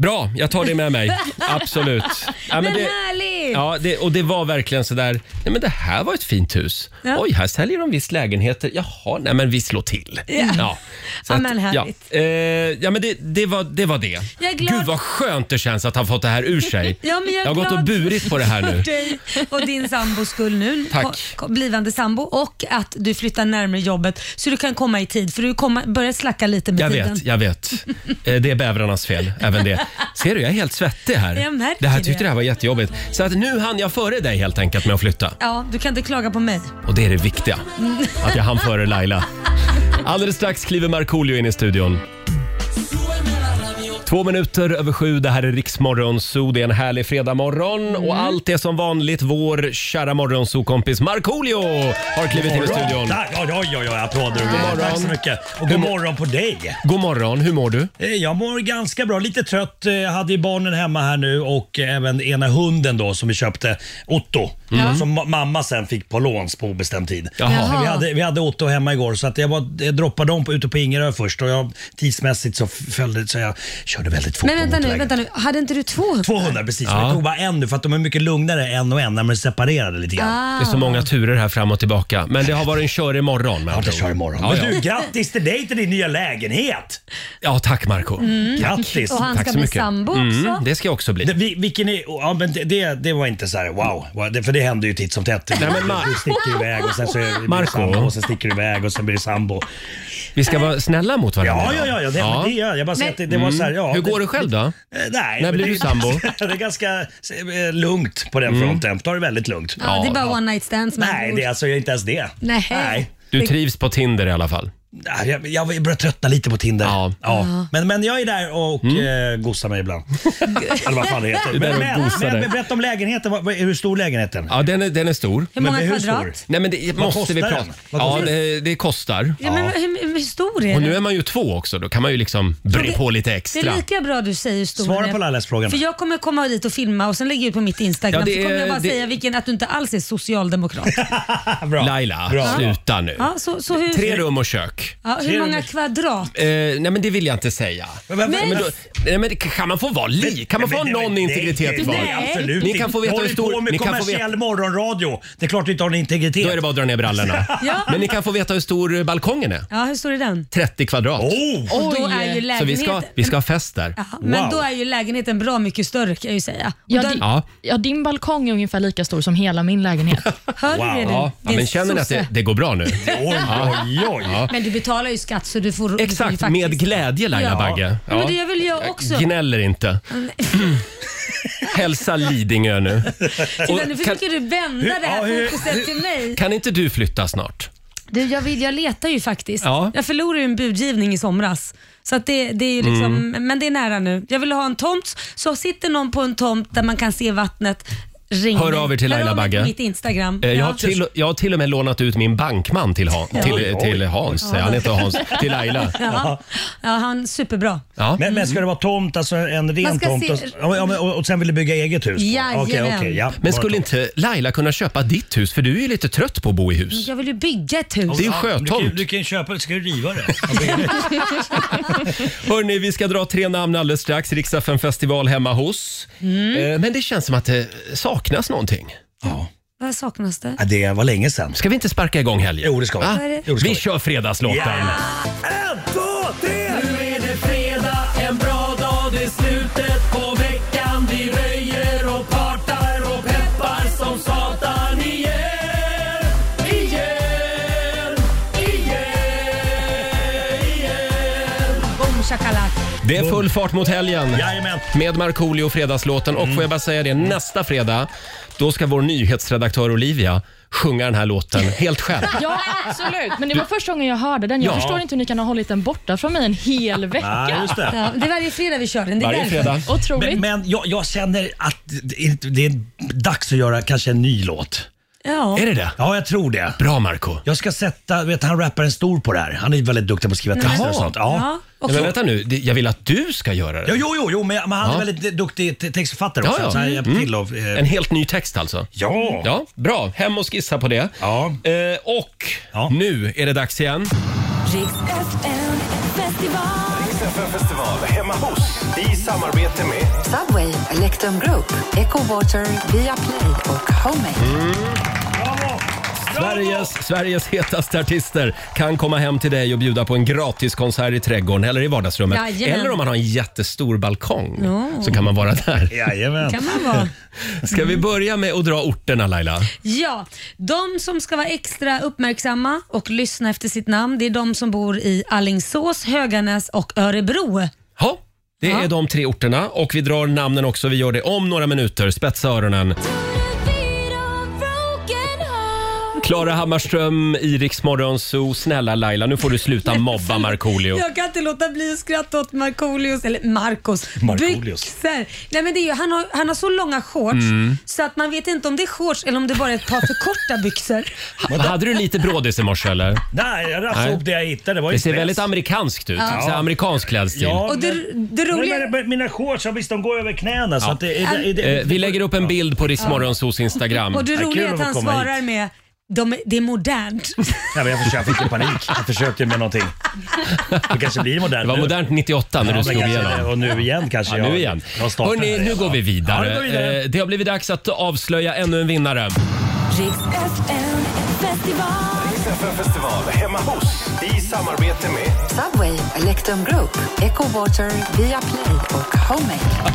Speaker 1: Bra, jag tar det med mig. Absolut. Ja,
Speaker 3: men
Speaker 1: det,
Speaker 3: härligt!
Speaker 1: ja, det, och det var verkligen sådär, nej men det här var ett fint hus.
Speaker 3: Ja.
Speaker 1: Oj, här säljer de visst lägenheter. Jaha, nej men vi slår till. Mm, Ja. Så
Speaker 3: Ja, men härligt.
Speaker 1: Ja, eh, ja men det, det, var, det var det.
Speaker 3: Jag är glad-
Speaker 1: Gud vad skönt det känns att han fått det här ur sig.
Speaker 3: Ja, men jag är
Speaker 1: har gått
Speaker 3: glad
Speaker 1: och burit på det här
Speaker 3: för
Speaker 1: nu.
Speaker 3: dig och din sambos skull nu.
Speaker 1: Tack.
Speaker 3: Ko- ko- Blivande sambo och att du flyttar närmare jobbet så du kan komma i tid för du kommer- börjar slacka lite med
Speaker 1: Jag
Speaker 3: tiden.
Speaker 1: vet, jag vet. Eh, Det är bävrarnas fel, även det. Ser du, jag är helt svettig här.
Speaker 3: Jag märker
Speaker 1: det här tyckte
Speaker 3: det.
Speaker 1: det här var jättejobbigt. Så att nu hann jag före dig helt enkelt med att flytta.
Speaker 3: Ja, du kan inte klaga på mig.
Speaker 1: Och det är det viktiga. Att jag hann före Laila. Alldeles strax kliver Markoolio in i studion. Två minuter över sju, det här är Riksmorgon Zoo. Det är en härlig fredagmorgon och
Speaker 3: Mm.
Speaker 1: allt är som vanligt vår kära morgonzoo-kompis Markoolio har klivit in i studion.
Speaker 7: Tack! Oj, oj, oj, oj, applåder. God
Speaker 1: morgon.
Speaker 7: Tack så mycket. Och god morgon på dig.
Speaker 1: God morgon, hur mår du?
Speaker 7: Eh, Jag mår ganska bra. Lite trött. Eh, Jag hade ju barnen hemma här nu och eh, även ena hunden då som vi köpte, Otto, som ma- mamma sen fick på låns på obestämd tid.
Speaker 1: Jaha.
Speaker 7: Vi hade, vi hade Otto hemma igår så att jag, var, jag droppade dem på, ute på Ingerö först och jag, tidsmässigt så följde så jag körde väldigt fort
Speaker 3: Men
Speaker 7: på
Speaker 3: vänta nu,
Speaker 7: motorvägen.
Speaker 3: vänta nu. Hade inte du två hundar?
Speaker 7: 200 precis, men jag tog bara en nu för att de är mycket lugnare en och en när de är separerade lite grann.
Speaker 1: Det är så många turer här fram och tillbaka. Men det har varit en körig morgon. med
Speaker 7: Ja,
Speaker 1: andra
Speaker 7: det
Speaker 1: ord.
Speaker 7: kör imorgon.
Speaker 1: Ja, ja.
Speaker 7: Men du, grattis till dig till din nya lägenhet!
Speaker 1: ja tack Marco
Speaker 7: Grattis!
Speaker 3: Och han
Speaker 1: Tack
Speaker 3: ska
Speaker 1: så
Speaker 3: bli
Speaker 1: mycket.
Speaker 3: Mm, sambo
Speaker 1: Mm,
Speaker 3: också.
Speaker 1: det ska jag också bli.
Speaker 7: Det, vi- vilken är, ja, men det- det, det var inte så här wow, Wow, det, för det händer ju titt som tätt.
Speaker 1: Nej, men Ma-
Speaker 7: du sticker iväg och sen så är det
Speaker 1: Marco.
Speaker 7: Marco. sambo och sen sticker du iväg och sen blir det sambo.
Speaker 1: Vi ska vara snälla mot varandra.
Speaker 7: Ja, ja, ja, ja, det, men det gör jag. jag. bara säger att det, det var så här, ja,
Speaker 1: Hur går det själv då?
Speaker 7: Eh,
Speaker 1: När
Speaker 7: Nej, men
Speaker 1: blir
Speaker 7: det,
Speaker 1: du sambo?
Speaker 7: det är ganska eh, lugnt på den fronten. Ta det väldigt lugnt.
Speaker 3: Ja, det är bara one night stands med
Speaker 7: Nej,
Speaker 3: andra
Speaker 7: det
Speaker 3: ord.
Speaker 7: är alltså inte ens det.
Speaker 3: Nej.
Speaker 7: Nej.
Speaker 1: Du trivs på Tinder i alla fall.
Speaker 7: Nej, Jag, jag börjar tröttna lite på Tinder.
Speaker 1: Ja.
Speaker 7: Ja. Men, men jag är där och eh, gosar mig ibland. Eller vad fan det heter.
Speaker 1: är där
Speaker 7: Men,
Speaker 1: och
Speaker 7: men,
Speaker 1: gosar dig.
Speaker 7: men berätta om lägenheten. Vad- vad- Hur stor är lägenheten?
Speaker 1: Ja, den är, den är stor.
Speaker 3: Hur många
Speaker 7: Men hur stor?
Speaker 3: kvadrat?
Speaker 1: Nej men det måste
Speaker 7: kostar
Speaker 1: vi
Speaker 7: den?
Speaker 1: prata
Speaker 7: Vad
Speaker 1: Ja,
Speaker 7: kostar
Speaker 1: det, det kostar.
Speaker 3: Ja, men hur, hur stor är
Speaker 1: Och nu
Speaker 3: den?
Speaker 1: är man ju två också, då kan man ju liksom bre på lite
Speaker 3: Det
Speaker 1: extra.
Speaker 3: är lika bra du säger hur stor den
Speaker 7: Svara
Speaker 3: är.
Speaker 7: på Lailas fråga
Speaker 3: För
Speaker 7: nu.
Speaker 3: jag kommer komma dit och filma och sen lägger jag ut på mitt Instagram
Speaker 1: Ja, det
Speaker 3: så kommer
Speaker 1: är-
Speaker 3: jag bara
Speaker 1: det-
Speaker 3: säga vilken, att du inte alls är socialdemokrat.
Speaker 7: Bra.
Speaker 1: Laila,
Speaker 7: Bra.
Speaker 1: sluta nu.
Speaker 3: Ja, så, så hur,
Speaker 1: Tre rum och kök.
Speaker 3: Ja, hur
Speaker 7: Tre
Speaker 3: många
Speaker 7: rum.
Speaker 3: kvadrat?
Speaker 1: Eh, nej men det vill jag inte säga.
Speaker 7: Men, men,
Speaker 3: Men-
Speaker 7: men,
Speaker 1: Då, nej, men det- kan man få vara li? Kan man få ha
Speaker 7: men- men-
Speaker 1: någon
Speaker 7: nej,
Speaker 1: integritet kvar?
Speaker 7: Nej, absolut
Speaker 1: Ni kan få veta
Speaker 7: inte.
Speaker 1: hur stor-
Speaker 7: Håll på
Speaker 1: ni
Speaker 7: med
Speaker 1: kan få
Speaker 7: kommersiell morgonradio. Det är klart du inte har någon integritet.
Speaker 1: Då är det bara att dra ner brallorna.
Speaker 3: Ja.
Speaker 1: Men ni kan få veta hur stor balkongen är.
Speaker 3: Ja, hur stor är den?
Speaker 1: 30 kvadrat.
Speaker 7: Oh!
Speaker 3: Och då
Speaker 4: Oj.
Speaker 3: är ju
Speaker 1: Så vi
Speaker 3: lägenheten...
Speaker 1: ska, vi ska ha fest där.
Speaker 3: Ja, men
Speaker 7: Wow.
Speaker 3: då är ju lägenheten bra mycket större kan jag ju säga. Och
Speaker 4: Ja,
Speaker 3: där,
Speaker 4: di-
Speaker 1: Ja.
Speaker 4: ja, din balkong är ungefär lika stor som hela min lägenhet.
Speaker 3: Hör
Speaker 7: Wow.
Speaker 3: du det du?
Speaker 1: Ja,
Speaker 3: Det är
Speaker 1: men känner ni att det,
Speaker 3: sosse.
Speaker 1: det går bra nu?
Speaker 7: Oj, oj, oj.
Speaker 3: Men du betalar ju skatt så du får... du får ju
Speaker 1: Exakt,
Speaker 3: faktiskt-
Speaker 1: med glädje Laila
Speaker 3: Ja.
Speaker 1: Bagge.
Speaker 3: Ja, men det gör väl jag också.
Speaker 1: Gnäller inte. Hälsa Lidingö nu. Och
Speaker 3: Men nu
Speaker 1: kan,
Speaker 3: försöker du vända det
Speaker 7: ja,
Speaker 3: här
Speaker 7: hur-
Speaker 3: fokuset till mig.
Speaker 1: kan inte du flytta snart?
Speaker 3: Du, jag, vill, jag letar ju faktiskt.
Speaker 1: Ja.
Speaker 3: Jag förlorade ju en budgivning i somras. Så att det, det är ju liksom,
Speaker 1: Mm.
Speaker 3: Men det är nära nu. Jag vill ha en tomt, så sitter någon på en tomt där man kan se vattnet. Ring
Speaker 1: Hör
Speaker 3: mig.
Speaker 1: av er till Laila
Speaker 3: Hör av mig
Speaker 1: Bagge.
Speaker 3: på mitt Instagram.
Speaker 1: Eh, Jag
Speaker 3: Ja.
Speaker 1: har, till, jag har till och med lånat ut min bankman till, Han, till,
Speaker 7: Oj, oj.
Speaker 1: till Hans. säger Han heter Hans. Till Laila.
Speaker 3: Ja. ja, han är superbra.
Speaker 1: Ja.
Speaker 7: Men, men ska det vara tomt, alltså en
Speaker 3: Man
Speaker 7: ren
Speaker 3: ska
Speaker 7: tomt
Speaker 3: se-
Speaker 7: och, ja, men- och, och sen vill du bygga eget hus?
Speaker 3: Jajamän.
Speaker 7: Okej, okej, ja.
Speaker 1: Men
Speaker 7: Bara
Speaker 1: skulle
Speaker 7: tomt.
Speaker 1: inte Laila kunna köpa ditt hus? För du är ju lite trött på att bo i hus.
Speaker 3: Jag vill ju bygga ett hus.
Speaker 1: Det är ju
Speaker 7: Du,
Speaker 1: sjötomt.
Speaker 7: kan- du kan köpa det, ska du riva det? Ja, bygga nytt.
Speaker 1: Hörni, vi ska dra tre namn alldeles strax. Riksdagen festival hemma hos. Eh, Men det känns som att det saknas någonting.
Speaker 3: Vad saknas det?
Speaker 7: Ja, det var länge sedan.
Speaker 1: Ska vi inte sparka igång helgen?
Speaker 7: Jo, det ska vi.
Speaker 1: Va?
Speaker 7: Jo, det ska
Speaker 1: Vi
Speaker 7: vi.
Speaker 1: kör fredagslåten.
Speaker 7: En, två, tre!
Speaker 1: Nu är det fredag, en bra dag, det är slutet på veckan. Vi röjer och partar och peppar som satan igen. Igen, igen, igen.
Speaker 3: Boom shakalak.
Speaker 1: Det är full fart mot helgen.
Speaker 7: Jajamän.
Speaker 1: Med Markoolio och Fredagslåten. Och får jag bara säga det, nästa fredag, då ska vår nyhetsredaktör Olivia sjunga den här låten helt själv.
Speaker 4: Ja, absolut. Men det var första gången jag hörde den. Jag
Speaker 1: Ja.
Speaker 4: förstår inte hur ni kan ha hållit den borta från mig en hel
Speaker 7: Ja,
Speaker 4: vecka.
Speaker 7: just det.
Speaker 3: Ja, det är varje fredag vi kör den. Det är
Speaker 1: Varje
Speaker 3: därför.
Speaker 1: fredag.
Speaker 4: Otroligt.
Speaker 7: Men, men jag, jag känner att det är, det är dags att göra kanske en ny låt.
Speaker 3: Ja.
Speaker 1: Är det det?
Speaker 7: Ja, jag tror det.
Speaker 1: Bra Marco
Speaker 7: Jag ska sätta, vet han rapparen stor på det här. Han är väldigt duktig på att skriva texter
Speaker 1: Jaha.
Speaker 7: och sånt. Ja.
Speaker 3: Ja, och
Speaker 1: Nej, men vänta nu, det- jag vill att du ska göra det.
Speaker 7: Ja, jo, jo, jo, men men han
Speaker 1: Ja.
Speaker 7: är väldigt duktig te- textförfattare
Speaker 1: Ja,
Speaker 7: också.
Speaker 1: ja.
Speaker 7: Så han hjälper
Speaker 1: Mm.
Speaker 7: till och, eh,
Speaker 1: En helt ny text alltså?
Speaker 7: ja.
Speaker 1: Ja, bra. Hem och skissa på det.
Speaker 7: Ja.
Speaker 1: Eh, och
Speaker 7: Ja.
Speaker 1: nu är det dags igen.
Speaker 8: Riks FM festival.
Speaker 9: festival hemma hos i samarbete med
Speaker 8: Subway, Electrum Group, Echo Water, Viaplay och Homemade.
Speaker 1: Sveriges, Sveriges hetaste artister kan komma hem till dig och bjuda på en gratiskonsert i trädgården eller i vardagsrummet.
Speaker 3: Jajamän.
Speaker 1: Eller om man har en jättestor balkong så kan man vara där.
Speaker 7: Jajamän.
Speaker 3: kan man vara.
Speaker 1: Ska
Speaker 7: Mm.
Speaker 1: vi börja med att dra orterna Laila?
Speaker 3: Ja, de som ska vara extra uppmärksamma och lyssna efter sitt namn, det är de som bor i Allingsås, Höganäs och Örebro.
Speaker 1: Ja, det
Speaker 3: Ja.
Speaker 1: är de tre orterna och vi drar namnen också. Vi gör det om några minuter. Spetsa öronen. Klara Hammarström, Iriks Morgonzoo. Snälla Laila, nu får du sluta mobba Markoolio.
Speaker 3: Jag kan inte låta bli att skratta åt Markoolios, eller Marcos,
Speaker 7: Markoolios.
Speaker 3: byxor. Nej, men det är ju, han, har, han har så långa shorts så att man vet inte om det är shorts eller om det bara är ett par för korta byxor.
Speaker 1: Ha- Hade du lite brådis i morse eller?
Speaker 7: Nej, jag rafsade
Speaker 1: Nej.
Speaker 7: ihop det jag hittade. Det var ju
Speaker 1: Det ser
Speaker 7: stress.
Speaker 1: väldigt amerikanskt ut. Så här amerikansk klädstil.
Speaker 7: Ja,
Speaker 3: Och det, det
Speaker 7: men,
Speaker 3: roliga...
Speaker 7: men, men, mina shorts, ja, visst de går över knäna. Så
Speaker 1: Ja.
Speaker 7: att det, är, det, är, det,
Speaker 1: Eh, vi lägger upp en bild på Riksmorgonsos Instagram.
Speaker 3: Och det
Speaker 7: Ja, kul
Speaker 3: roliga är
Speaker 7: om
Speaker 3: att
Speaker 7: de
Speaker 3: han
Speaker 7: kommer hit.
Speaker 3: svarar med de, är- det är modernt.
Speaker 7: Nej, men jag, försökte, jag fick ju panik. Jag försökte med någonting. Det kanske blir modernt
Speaker 1: Det var
Speaker 7: nu.
Speaker 1: modernt 98 när
Speaker 7: Ja,
Speaker 1: du
Speaker 7: men
Speaker 1: slog
Speaker 7: kanske
Speaker 1: igenom.
Speaker 7: det. Och nu igen kanske.
Speaker 1: Ja, nu
Speaker 7: jag-
Speaker 1: igen.
Speaker 7: jag startar
Speaker 1: Hörni,
Speaker 7: här
Speaker 1: nu
Speaker 7: igen.
Speaker 1: går vi
Speaker 7: Ja,
Speaker 1: vidare.
Speaker 7: nu går vi vidare.
Speaker 1: Eh, Det har blivit dags att avslöja ännu en vinnare.
Speaker 8: Riks FM festival.
Speaker 9: festival hemma hos i samarbete med
Speaker 8: Subway, Electrum Group, Echo Water, Viaplay och Homemade.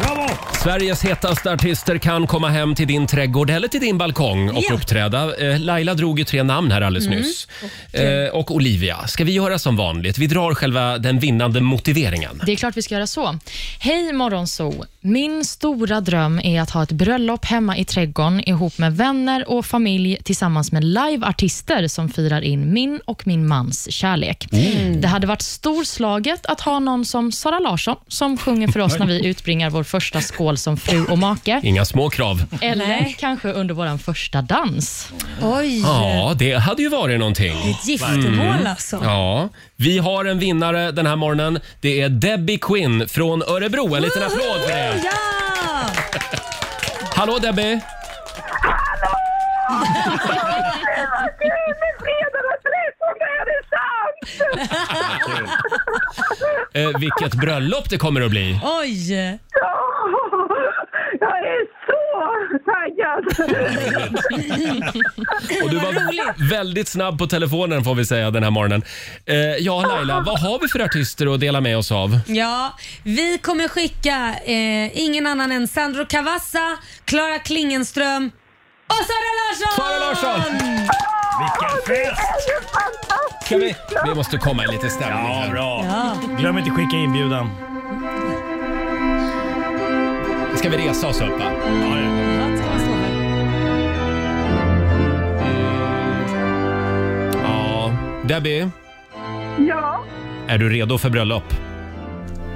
Speaker 7: Bravo!
Speaker 1: Sveriges hetaste artister kan komma hem till din trädgård eller till din balkong och
Speaker 3: Ja.
Speaker 1: uppträda. Eh, Laila drog ju tre namn här alldeles nyss. Eh, Och Olivia. Ska vi göra som vanligt? Vi drar själva den vinnande motiveringen.
Speaker 4: Det är klart vi ska göra så. Hej Morgonzoo! Min stora dröm är att ha ett bröllop hemma i trädgården ihop med vänner och familj tillsammans med liveartister som firar in min och min mans kärlek. Det hade varit storslaget att ha någon som Sara Larsson som sjunger för oss när vi utbringar vår första skål som fru och make.
Speaker 1: Inga små krav.
Speaker 4: Eller kanske under vår första dans.
Speaker 3: Oj,
Speaker 1: Ja, det hade ju varit någonting.
Speaker 3: ett giftermål alltså.
Speaker 1: Ja, vi har en vinnare den här morgonen. Det är Debbie Quinn från Örebro. En liten applåd för det.
Speaker 3: Ja!
Speaker 1: Hallå Debbie! Eh, vilket bröllop det kommer att bli.
Speaker 3: Oj!
Speaker 10: Jag är så taggad!
Speaker 1: Och du var väldigt snabb på telefonen får vi säga den här morgonen. Eh, ja Laila, vad har vi för artister att dela med oss av?
Speaker 3: Ja, vi kommer skicka eh, ingen annan än Sandro Cavazza, Klara Klingenström och Sara Larsson!
Speaker 1: Sara Larsson!
Speaker 7: Vilken fest!
Speaker 1: Ska vi? vi måste komma i lite stämning
Speaker 7: Ja,
Speaker 1: här.
Speaker 7: bra. Glöm inte skicka inbjudan.
Speaker 1: Ska vi resa oss upp va? Ja, Debbie,
Speaker 10: Ja,
Speaker 1: är du redo för bröllop?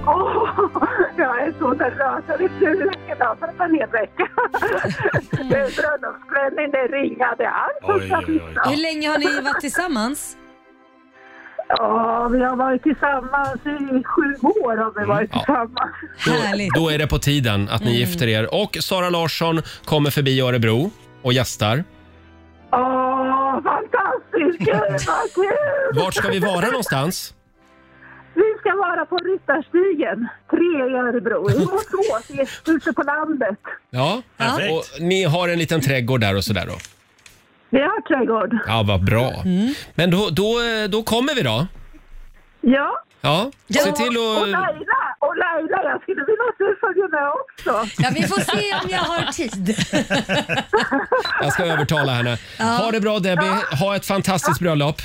Speaker 10: åh, jag är så nervös. Jag vet inte hur länge jag dansade på en hel vecka. Det är bröllopsklänning, det är ringar, det är allt som ska
Speaker 7: Oj, oj, oj.
Speaker 10: fixas.
Speaker 3: Hur länge har ni varit tillsammans?
Speaker 10: Ja, vi har varit tillsammans i sju år har vi
Speaker 7: Mm.
Speaker 10: varit tillsammans.
Speaker 3: Härligt.
Speaker 1: Då är det på tiden att ni gifter er. Och Sara Larsson kommer förbi Örebro och gästar.
Speaker 10: Åh, fantastiskt! Gud vad kul!
Speaker 1: Vart ska vi vara någonstans?
Speaker 10: Vi ska vara på Ryttarstigen, tre i Örebro. I vårt gås, i- ute på landet.
Speaker 1: Ja.
Speaker 7: Perfekt.
Speaker 1: Och ni har en liten trädgård där och sådär då?
Speaker 10: Vi har trädgård.
Speaker 1: Ja, vad bra. Men då, då, då kommer vi då.
Speaker 10: Ja.
Speaker 1: Ja, se till
Speaker 10: Och
Speaker 1: att...
Speaker 10: Laila, och Laila, jag skulle vilja att du följer med också.
Speaker 3: Ja, vi får se om jag har tid.
Speaker 1: Jag ska övertala henne. Ha det bra Debbie. Ha ett fantastiskt bröllop.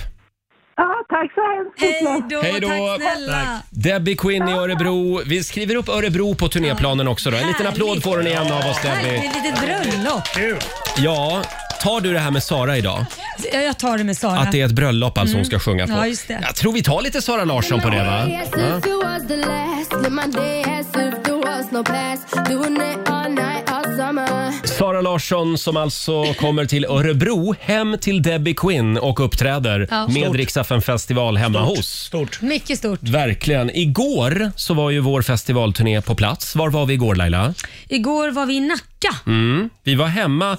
Speaker 10: Ja, tack så hemskt
Speaker 3: Hej
Speaker 10: mycket.
Speaker 3: då,
Speaker 1: Hej då.
Speaker 3: tack snälla.
Speaker 1: Debbie Quinn i Örebro. Vi skriver upp Örebro på turnéplanen också då. En liten applåd får hon igen av oss
Speaker 3: Tack, det
Speaker 1: Debbie.
Speaker 3: är ett litet bröllop.
Speaker 7: Kul!
Speaker 1: Ja, tar du det här med Sara idag?
Speaker 3: Ja, Jag tar det med Sara.
Speaker 1: Att det är ett bröllop alltså hon ska sjunga på.
Speaker 3: Mm. Ja, just det.
Speaker 1: Jag tror vi tar lite Sara Larsson på det va? Ja. Sara Larsson som alltså kommer till Örebro, hem till Debbie Quinn och uppträder
Speaker 3: Ja.
Speaker 1: med
Speaker 7: Stort.
Speaker 1: Riksdagen festival hemma hos.
Speaker 7: Stort.
Speaker 3: Mycket stort.
Speaker 1: Verkligen. Igår så var ju vår festivalturné på plats. Var var vi igår Laila? Mm.
Speaker 3: Igår var vi i Nacka.
Speaker 1: Vi var hemma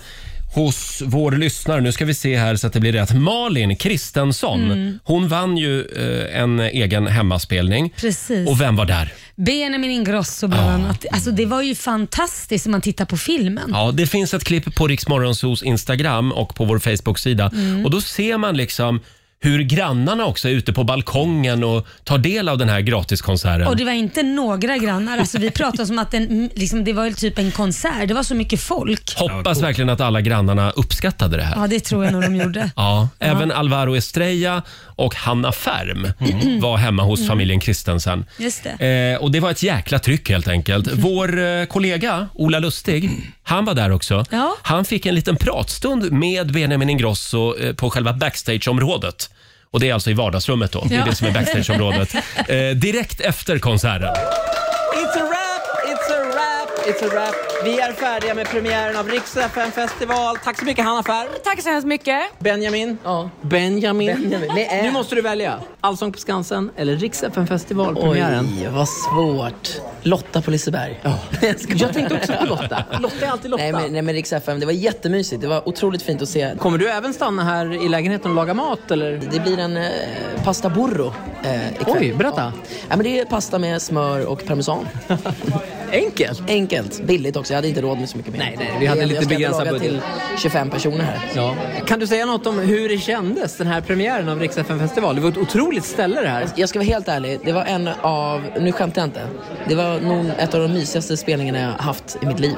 Speaker 1: hos vår lyssnare. Nu ska vi se här så att det blir rätt. Malin Kristensson.
Speaker 3: Mm.
Speaker 1: Hon vann ju eh, en egen hemmaspelning.
Speaker 3: Precis.
Speaker 1: Och vem var där?
Speaker 3: Benjamin Ingrosso bland annat. Alltså, det var ju fantastiskt om man tittar på filmen.
Speaker 1: Ja, det finns ett klipp på Riksmorgonsos Instagram och på vår Facebook-sida.
Speaker 3: Mm.
Speaker 1: Och då ser man liksom hur grannarna också är ute på balkongen och tar del av den här gratiskonserten.
Speaker 3: Och det var inte några grannar. Alltså, vi pratade som att den, liksom, det var ju typ en konsert. Det var så mycket folk.
Speaker 1: Hoppas verkligen att alla grannarna uppskattade det här.
Speaker 3: Ja, det tror jag nog de gjorde.
Speaker 1: Ja,
Speaker 3: Ja.
Speaker 1: även Alvaro Estrella och Hanna Färm
Speaker 3: Mm.
Speaker 1: var hemma hos
Speaker 3: Mm.
Speaker 1: familjen Kristensen.
Speaker 3: Just det.
Speaker 1: Eh, och det var ett jäkla tryck helt enkelt. Vår eh, kollega Ola Lustig, han var där också.
Speaker 3: Ja.
Speaker 1: Han fick en liten pratstund med Benjamin Ingrosso eh, på själva backstageområdet. Och det är alltså i vardagsrummet då. Det är
Speaker 11: Ja.
Speaker 1: det som är backstageområdet. Eh, direkt efter konserten.
Speaker 11: It's a wrap, it's a wrap, it's a wrap. Vi är färdiga med premiären av Rix FM festival. Tack så mycket Hanna Färm.
Speaker 12: Tack så hemskt mycket.
Speaker 11: Benjamin. Benjamin.
Speaker 12: Benjamin, med Ä.
Speaker 11: Nu måste du välja. Allsång på Skansen eller Rix FM festival premiären.
Speaker 12: Oj, vad svårt. Lotta på Liseberg.
Speaker 11: Jag tänkte också på Lotta.
Speaker 12: Lotta är alltid Lotta. Nej men, nej, men Rix FM, det var jättemysigt. Det var otroligt fint att se.
Speaker 11: Kommer du även stanna här i lägenheten och laga mat eller?
Speaker 12: Det blir en eh, pasta burro eh, ikväll.
Speaker 11: Oj, berätta.
Speaker 12: Ja. Ja, men det är pasta med smör och parmesan. Enkelt. Enkelt. Billigt också. Jag hade inte råd med så mycket mer.
Speaker 11: Nej, nej, vi hade
Speaker 12: Jag
Speaker 11: lite
Speaker 12: ska inte
Speaker 11: begränsad
Speaker 12: laga
Speaker 11: budget.
Speaker 12: till 25 personer här.
Speaker 11: Ja. Kan du säga något om hur det kändes, den här premiären av Rix FM festival? Det var ett otroligt ställe det här.
Speaker 12: Jag ska vara helt ärlig, det var en av, nu skämtar jag inte, det var nog ett av de mysigaste spelningarna jag haft i mitt liv.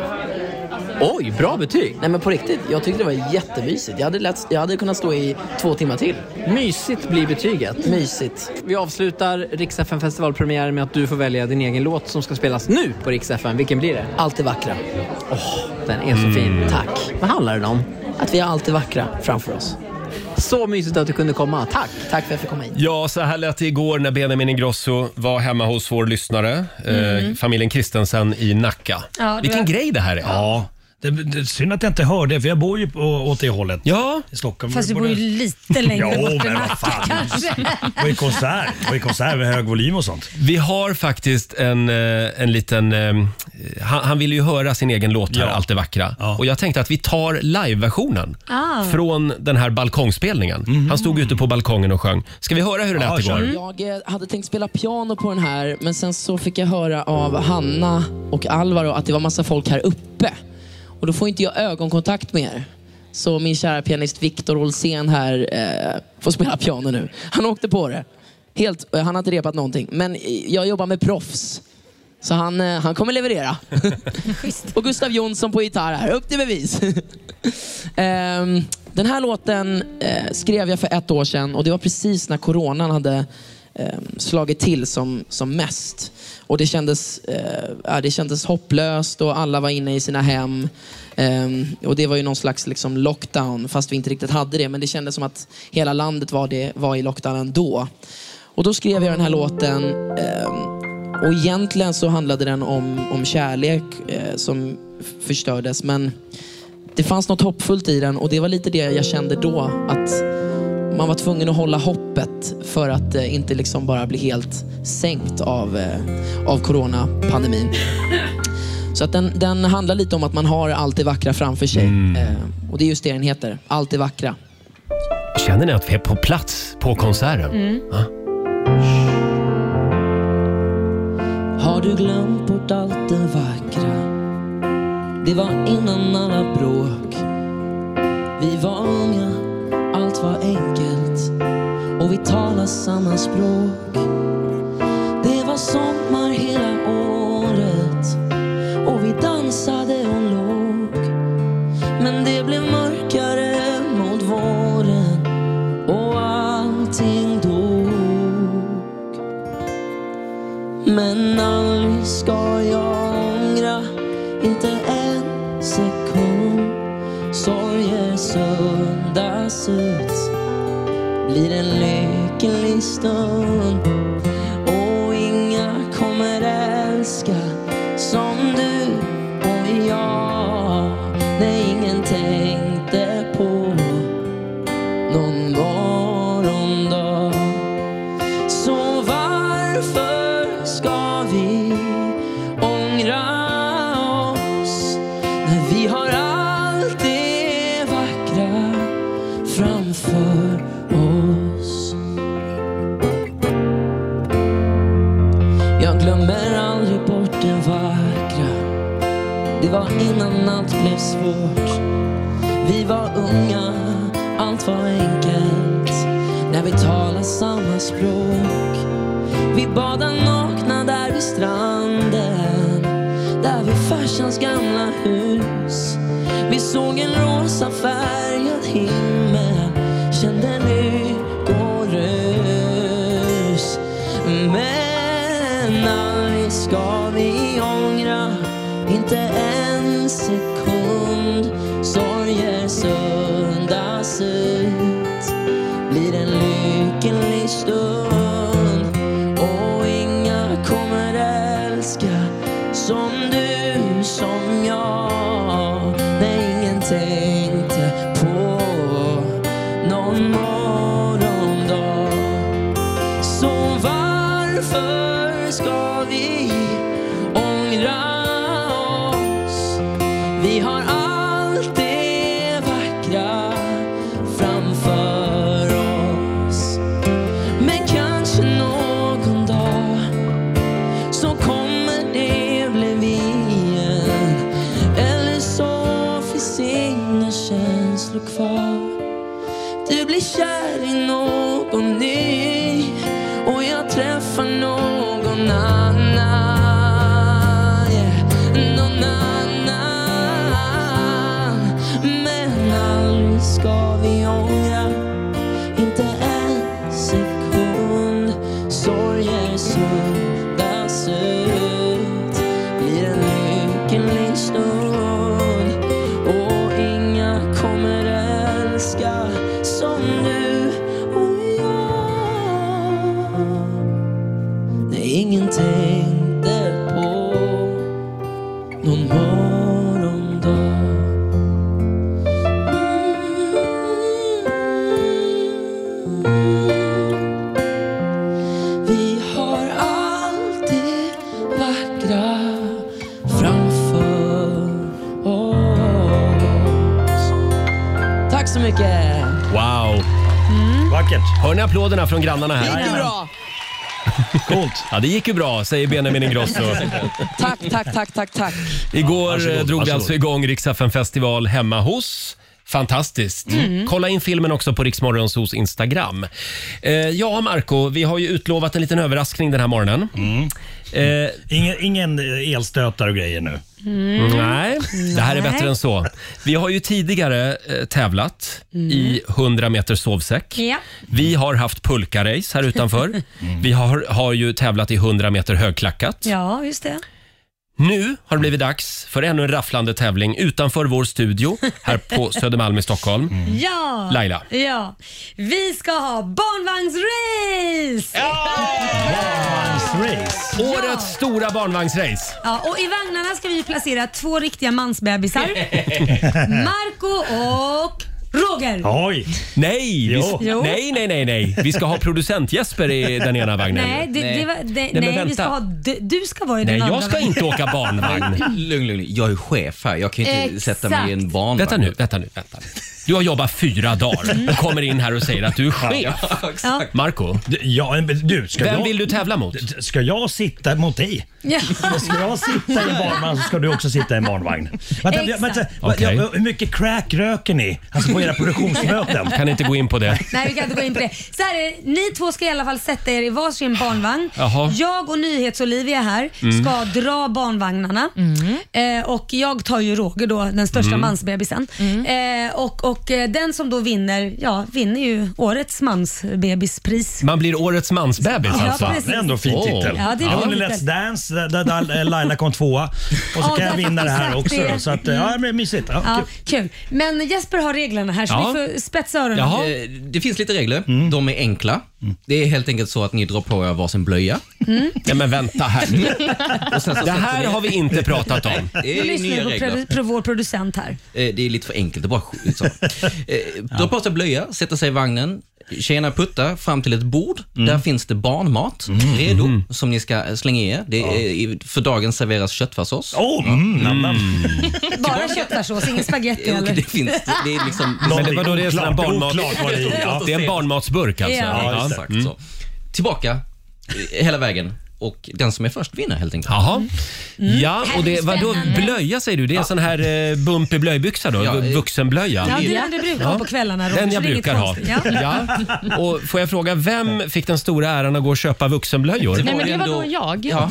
Speaker 11: Oj, bra betyg!
Speaker 12: Nej men på riktigt, jag tyckte det var jättemysigt. Jag hade, lätt, jag hade kunnat stå i två timmar till.
Speaker 11: Mysigt blir betyget.
Speaker 12: Mysigt.
Speaker 11: Vi avslutar Rix FM festivalpremiären med att du får välja din egen låt som ska spelas nu på Rix FM. Vilken blir det?
Speaker 12: Alltid vackra. Mm.
Speaker 11: Åh, den är så fin. Tack. Vad handlar den om?
Speaker 12: Att vi är alltid vackra framför oss.
Speaker 11: Så mysigt att du kunde komma. Tack!
Speaker 12: Tack för att jag fick komma hit.
Speaker 1: Ja, så här lät det igår när Benjamin Ingrosso var hemma hos vår lyssnare, eh,
Speaker 7: Mm.
Speaker 1: familjen Kristensen i Nacka.
Speaker 7: Ja, det
Speaker 1: Vilken
Speaker 7: var-
Speaker 1: grej det här är.
Speaker 7: Ja. Det, det, synd att jag inte hörde, för jag bor ju på, åt det hållet.
Speaker 1: Ja.
Speaker 7: I Stockholm.
Speaker 3: Fast du bor ju lite längre
Speaker 7: Jo,
Speaker 3: bort än
Speaker 7: men vad
Speaker 3: Nacka
Speaker 7: fan.
Speaker 3: kanske.
Speaker 7: Och i konsert. Och i konsert med hög volym och sånt.
Speaker 1: Vi har faktiskt en, eh, en liten... eh, Han, han ville ju höra sin egen låt här, Allt det vackra. Och jag tänkte att vi tar live-versionen
Speaker 12: Ah.
Speaker 1: från den här balkongspelningen. Han stod ute på balkongen och sjöng. Ska vi höra hur det lät igår?
Speaker 12: Jag eh, hade tänkt spela piano på den här, men sen så fick jag höra av Hanna och Alvaro att det var massa folk här uppe. Och då får inte jag ögonkontakt med er. Så min kära pianist Viktor Olsén här eh, får spela piano nu. Han åkte på det. Helt, eh, han har inte repat någonting. Men eh, jag jobbar med proffs. Så han, eh, han kommer leverera. och Gustav Jonsson på gitarr här. Upp till bevis. Ehm, den här låten eh, skrev jag för ett år sedan och det var precis när coronan hade ehm, slagit till som, som mest. Och det kändes, eh, ja, det kändes hopplöst och alla var inne i sina hem. Ehm, och det var ju någon slags liksom, lockdown fast vi inte riktigt hade det. Men det kändes som att hela landet var, det, var i lockdown ändå. Och då skrev jag den här låten ehm, och egentligen så handlade den om, om kärlek eh, som f- förstördes. Men det fanns något hoppfullt i den och det var lite det jag kände då. Att man var tvungen att hålla hoppet för att eh, inte liksom bara bli helt sänkt av, eh, av coronapandemin. Så att den, den handlar lite om att man har allt det vackra framför sig. Eh, och det är just det den heter. Allt det vackra.
Speaker 1: Känner ni att vi är på plats på konserten? Ja.
Speaker 12: Har du glömt bort allt det vackra? Det var innan alla bråk. Vi var unga, allt var enkelt och vi talade samma språk. Det var sommar hela året och vi dansade och låg. Men det blev mörkare mot våren och allting dog. Men aldrig ska jag ångra, inte en sekund. Sorger söndas ut, blir en lycklig stund. Och inga kommer älska som du och jag. Nej, ingen tänkte på någon morgondag. Så varför ska vi ångra oss när vi har allt det
Speaker 13: var innan allt blev svårt. Vi var unga, allt var enkelt. När vi talade samma språk. Vi badade nakna där vid stranden. Där vid farsans gamla hus. Vi såg en rosa färgad himmel. Kände lyckorus. Men aldrig ska vi ångra, inte en sekund. Sorger suddas ut, blir en lycklig stund. Och inga kommer älska som du, som jag. När ingen tänkte på någon morgondag. Så varför ska vi ångra oss? Vi har allt det vackra framför oss. Men kanske någon dag så kommer det bli vi igen. Eller så finns inga känslor kvar. Du blir kär i någon ny och jag träffar någon annan. Yeah. Någon annan. Men aldrig ska vi ångra, inte en sekund. Sorger suddas ut, blir en lycklig stund. Och inga kommer älska som du och jag. När ingen tänkte på någon morgondag. Vi har allt det vackra framför oss. Tack så mycket!
Speaker 1: Wow! Vackert. Hör ni applåderna från grannarna här?
Speaker 13: Gick det bra?
Speaker 1: Coolt. Ja, det gick ju bra, säger Benjamin Ingrosso.
Speaker 13: Tack, tack, tack, tack, tack.
Speaker 1: Igår
Speaker 13: Varsågod,
Speaker 1: eh, drog vi
Speaker 13: varsågod.
Speaker 1: alltså igång Rix FM festival hemma hos. Fantastiskt.
Speaker 13: Mm.
Speaker 1: Kolla in filmen också på Riksmorgonsos Instagram. Eh, ja, Marco, vi har ju utlovat en liten överraskning den här morgonen. Eh,
Speaker 7: ingen, ingen elstötar och grejer nu?
Speaker 1: Mm. Nej, det här är
Speaker 7: Nej.
Speaker 1: bättre än så. Vi har ju tidigare eh, tävlat
Speaker 13: Mm.
Speaker 1: i 100 meter sovsäck.
Speaker 3: Ja.
Speaker 1: Vi har haft pulkarace här utanför.
Speaker 13: Mm.
Speaker 1: Vi har, har ju tävlat i 100 meter högklackat.
Speaker 3: Ja, just det.
Speaker 1: Nu har det blivit dags för ännu en rafflande tävling utanför vår studio här på Södermalm i Stockholm.
Speaker 3: Mm. Ja.
Speaker 1: Laila.
Speaker 3: Ja. Vi ska ha barnvagnsrace!
Speaker 1: Barnvagnsrace. Årets stora barnvagnsrace.
Speaker 3: Ja, och I vagnarna ska vi placera två riktiga mansbebisar. Marco och Roger.
Speaker 1: Oj! Nej, vi,
Speaker 3: Jo. Jo.
Speaker 1: nej, nej, nej, nej. Vi ska ha producent Jesper i den ena vagnen.
Speaker 3: Nej, det, det var, det, nej,
Speaker 1: men
Speaker 3: vi
Speaker 1: vänta.
Speaker 3: ska ha, du, du ska vara i den
Speaker 14: Nej,
Speaker 3: andra
Speaker 14: jag ska inte
Speaker 3: vagnen.
Speaker 14: åka barnvagn. lugn, lugn. Jag är chef här. Jag kan ju inte
Speaker 3: Exakt.
Speaker 14: sätta mig i en barnvagn. Vänta
Speaker 1: nu, vänta nu. Vänta. Du har jobbat fyra dagar och kommer in här och säger att du är chef.
Speaker 3: Mm. Ja.
Speaker 1: Marco,
Speaker 7: Ja, men du, ska
Speaker 1: Vem
Speaker 7: jag...
Speaker 1: vill du tävla mot?
Speaker 7: Ska jag sitta mot dig?
Speaker 3: Ja.
Speaker 7: Ska jag sitta i en barnvagn så ska du också sitta i en barnvagn. Vänta,
Speaker 3: Exakt.
Speaker 7: vänta, va-
Speaker 1: Okej.
Speaker 7: ja, hur mycket crack röker ni? Alltså på era produktionsmöten?
Speaker 1: Kan inte gå in på det.
Speaker 3: Nej, vi kan inte gå in på det. Så här är, det. ni två ska i alla fall sätta er i varsin barnvagn.
Speaker 1: Jaha.
Speaker 3: Jag och NyhetsOlivia här
Speaker 1: Mm.
Speaker 3: ska dra barnvagnarna. Eh, och jag tar ju Roger då, den största
Speaker 1: Mm.
Speaker 3: mansbebisen. Eh, och och eh, den som då vinner, ja, vinner ju årets mansbebispris.
Speaker 1: Man blir årets mansbebis
Speaker 3: Ja,
Speaker 1: alltså.
Speaker 3: precis. Det är ändå
Speaker 7: fin titel.
Speaker 3: Ja, det är fin
Speaker 7: jag vann
Speaker 3: titel.
Speaker 7: Let's Dance där, där, där Laila kom tvåa. Och så
Speaker 3: Ja,
Speaker 7: kan jag
Speaker 3: där
Speaker 7: vinna det här
Speaker 3: exakt
Speaker 7: också.
Speaker 3: det.
Speaker 7: Då, så att, ja,
Speaker 3: Mm.
Speaker 7: men mysigt. Ja,
Speaker 3: Ja,
Speaker 7: kul.
Speaker 3: kul. Men Jesper har reglerna här så
Speaker 14: Ja.
Speaker 3: vi får spetsa öronen.
Speaker 14: Eh, Det finns lite regler.
Speaker 1: Mm.
Speaker 14: De är enkla. Det är helt enkelt så att ni drar på er varsin blöja.
Speaker 3: Mm.
Speaker 1: Nej, men vänta här nu.
Speaker 14: Och sen så
Speaker 1: Det här
Speaker 14: sätter ni-
Speaker 1: har vi inte pratat om.
Speaker 14: Det
Speaker 3: Nu
Speaker 14: är
Speaker 3: lyssnar vi
Speaker 14: nya
Speaker 3: på
Speaker 14: regler.
Speaker 3: produ- pro- vår producent här.
Speaker 14: Eh, Det är lite för enkelt att bara sk- så. Eh, Dra på sig blöja, sätta sig i vagnen, tjena putta fram till ett bord.
Speaker 1: Mm.
Speaker 14: Där finns det barnmat redo som ni ska eh, slänga i er. Det är, i- För dagen serveras köttfärssås.
Speaker 7: Oh,
Speaker 3: Mm. Bara köttfärssås, ingen spagetti
Speaker 14: Och
Speaker 3: eller?
Speaker 14: det finns, det är liksom...
Speaker 1: Men det, vadå, det är en sån här
Speaker 14: Oklart,
Speaker 1: barnmat...
Speaker 14: oklart vad det är. Ja.
Speaker 1: Det är en barnmatsburk alltså.
Speaker 14: Ja, exakt så. Tillbaka eh, hela vägen och den som är först vinner helt enkelt.
Speaker 1: Jaha. Ja, och det, vadå, blöja säger du? Det är en sån här eh, bumpig blöjbyxa då?
Speaker 14: Ja, eh,
Speaker 1: Vuxenblöja?
Speaker 3: Ja, det är den du brukar ha på kvällarna, Roger,
Speaker 1: Den
Speaker 3: så
Speaker 1: jag
Speaker 3: det är inget
Speaker 1: brukar ha.
Speaker 3: konstigt. Ja.
Speaker 1: Ja. Och får jag fråga, vem fick den stora äran att gå och köpa vuxenblöjor?
Speaker 4: Nej, men det var nog jag.
Speaker 1: Ja,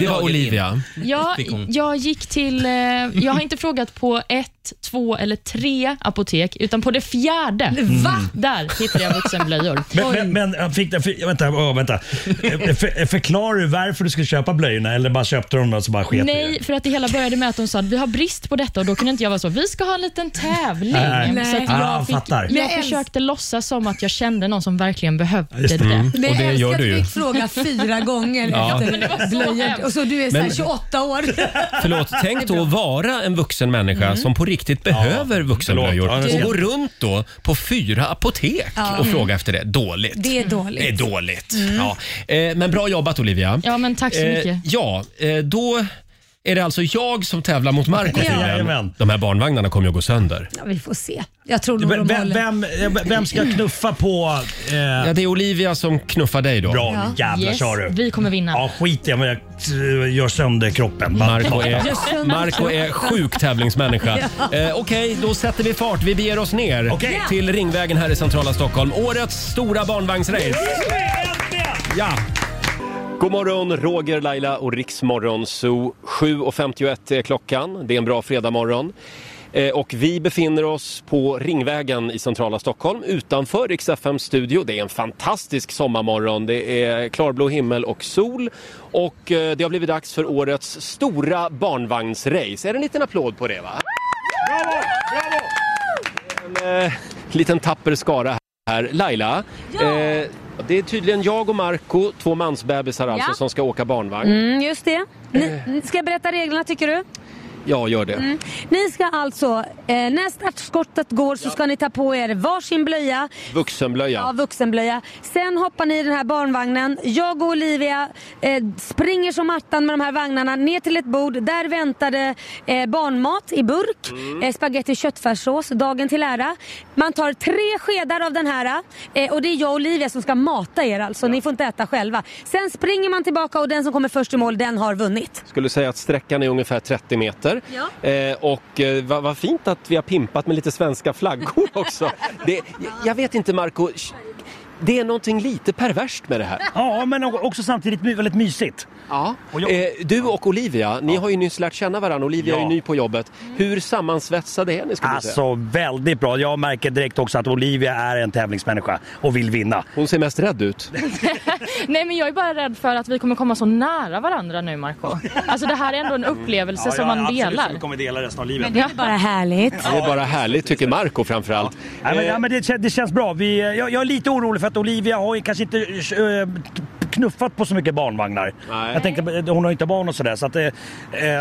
Speaker 1: det var Olivia.
Speaker 4: Ja,
Speaker 1: Fick hon.
Speaker 4: jag gick till... Eh, jag har inte frågat på ett, två eller tre apotek, utan på det fjärde.
Speaker 7: Va?
Speaker 4: Där hittade jag vuxenblöjor.
Speaker 7: Men, men, men jag fick den, för, vänta, åh, vänta. Eh, För, förklarar du varför du skulle köpa blöjorna eller bara köpte du dem och så bara sket du i det?
Speaker 4: Nej, för att det hela började med att de sa att vi har brist på detta och då kunde inte jag vara så, vi ska ha en liten tävling.
Speaker 7: Nej.
Speaker 4: Så
Speaker 7: Nej.
Speaker 4: att
Speaker 7: Ah,
Speaker 4: jag,
Speaker 7: fattar.
Speaker 4: fick, jag
Speaker 3: Jag
Speaker 4: försökte låtsas som att jag kände någon som verkligen behövde
Speaker 1: Just
Speaker 4: det.
Speaker 1: det. Mm, och det
Speaker 3: jag
Speaker 1: gör du
Speaker 3: att
Speaker 1: ju.
Speaker 3: fick fråga fyra gånger
Speaker 1: Ja.
Speaker 3: efter
Speaker 1: Men det var
Speaker 4: så
Speaker 3: blöjor.
Speaker 4: hemskt.
Speaker 3: Och så du är så här
Speaker 1: Men-
Speaker 3: 28 år.
Speaker 1: Förlåt, tänk då att vara en vuxen människa
Speaker 3: Mm.
Speaker 1: som på riktigt behöver vuxenblöjor
Speaker 7: Förlåt. Ja, det är
Speaker 1: och gå
Speaker 7: sant.
Speaker 1: runt då på fyra apotek
Speaker 4: Ja.
Speaker 1: och
Speaker 4: Mm.
Speaker 1: fråga efter det. Dåligt.
Speaker 4: Det är dåligt.
Speaker 1: Det är dåligt.
Speaker 4: Mm.
Speaker 1: Ja. Eh, Men bra jobbat Olivia.
Speaker 4: Ja, men tack så
Speaker 1: Eh,
Speaker 4: mycket.
Speaker 1: Ja, eh, då är det alltså jag som tävlar mot Marco
Speaker 3: Ja.
Speaker 1: tydligen.
Speaker 3: Jajamän.
Speaker 1: De här barnvagnarna kommer ju att gå sönder.
Speaker 3: Ja, vi får se. Jag tror nog
Speaker 7: Vem,
Speaker 3: de
Speaker 7: vem,
Speaker 3: håller.
Speaker 7: vem, vem ska knuffa på... Eh... Ja,
Speaker 1: det är Olivia som knuffar dig då.
Speaker 7: Bra,
Speaker 3: Ja.
Speaker 7: nu jävlar
Speaker 3: Yes,
Speaker 7: kör du.
Speaker 4: Vi kommer vinna.
Speaker 7: Ja, skit i det, men jag eh, gör sönder kroppen.
Speaker 1: Marco
Speaker 3: Gör
Speaker 1: är,
Speaker 3: sönder
Speaker 1: Marco är
Speaker 3: kroppen.
Speaker 1: sjuk tävlingsmänniska. Eh,
Speaker 3: Ja.
Speaker 1: Okej, då sätter vi fart. Vi beger oss ner
Speaker 7: Okej.
Speaker 1: till Ringvägen här i centrala Stockholm. Årets stora barnvagnsrace. Ja. God morgon, Roger, Laila och Riksmorgon Zoo. 7.51 är klockan. Det är en bra fredagmorgon. Eh, Och vi befinner oss på Ringvägen i centrala Stockholm utanför Rix FMs studio. Det är en fantastisk sommarmorgon. Det är klarblå himmel och sol. Och eh, det har blivit dags för årets stora barnvagnsrace. Är det en liten applåd på det va? en eh, liten tapper skara här. Laila, eh, det är tydligen jag och Marco, två mansbebisar alltså,
Speaker 15: Ja.
Speaker 1: som ska åka barnvagn.
Speaker 15: Mm, just det.
Speaker 1: Eh.
Speaker 15: Ni, ska jag berätta reglerna tycker du?
Speaker 1: Ja, gör det.
Speaker 15: Mm. Ni ska alltså, eh, när startskottet går så ska ni ta på er varsin blöja.
Speaker 1: Vuxenblöja.
Speaker 15: Ja, vuxenblöja. Sen hoppar ni i den här barnvagnen. Jag och Olivia eh, springer som attan med de här vagnarna ner till ett bord. Där väntar det eh, barnmat i burk. Eh, spaghetti och köttfärssås, dagen till ära. Man tar tre skedar av den här eh, och det är jag och Olivia som ska mata er alltså. Ni får inte äta själva. Sen springer man tillbaka och den som kommer först i mål den har vunnit.
Speaker 1: Skulle säga att sträckan är ungefär 30 meter.
Speaker 15: Ja.
Speaker 1: Eh, och eh, vad vad fint att vi har pimpat med lite svenska flaggor också. Det, jag vet inte Marco, sh- det är någonting lite perverst med det här.
Speaker 7: Ja, men o- också samtidigt my- väldigt mysigt.
Speaker 1: Ja. Eh, du och Olivia, ni har ju nyss lärt känna varandra. Olivia är ju
Speaker 7: Ja.
Speaker 1: ny på jobbet.
Speaker 15: Mm.
Speaker 1: Hur sammansvetsade är ni skulle du säga?
Speaker 7: Alltså väldigt bra. Jag märker direkt också att Olivia är en tävlingsmänniska och vill vinna.
Speaker 1: Hon ser mest rädd ut.
Speaker 4: Nej, men jag är bara rädd för att vi kommer komma så nära varandra nu, Marco. Alltså det här är ändå en upplevelse som man delar.
Speaker 7: kommer dela resten av livet.
Speaker 4: Men det är väl bara
Speaker 15: härligt.
Speaker 1: Det är bara härligt tycker Marco framförallt.
Speaker 7: Ja, men, ja, men det, kän- det känns bra. Vi, eh, jag, jag är lite orolig för att Olivia har ju kanske inte eh, knuffat på så mycket barnvagnar.
Speaker 1: Nej.
Speaker 7: Jag tänkte, eh, hon har ju inte barn och sådär. Så att, eh,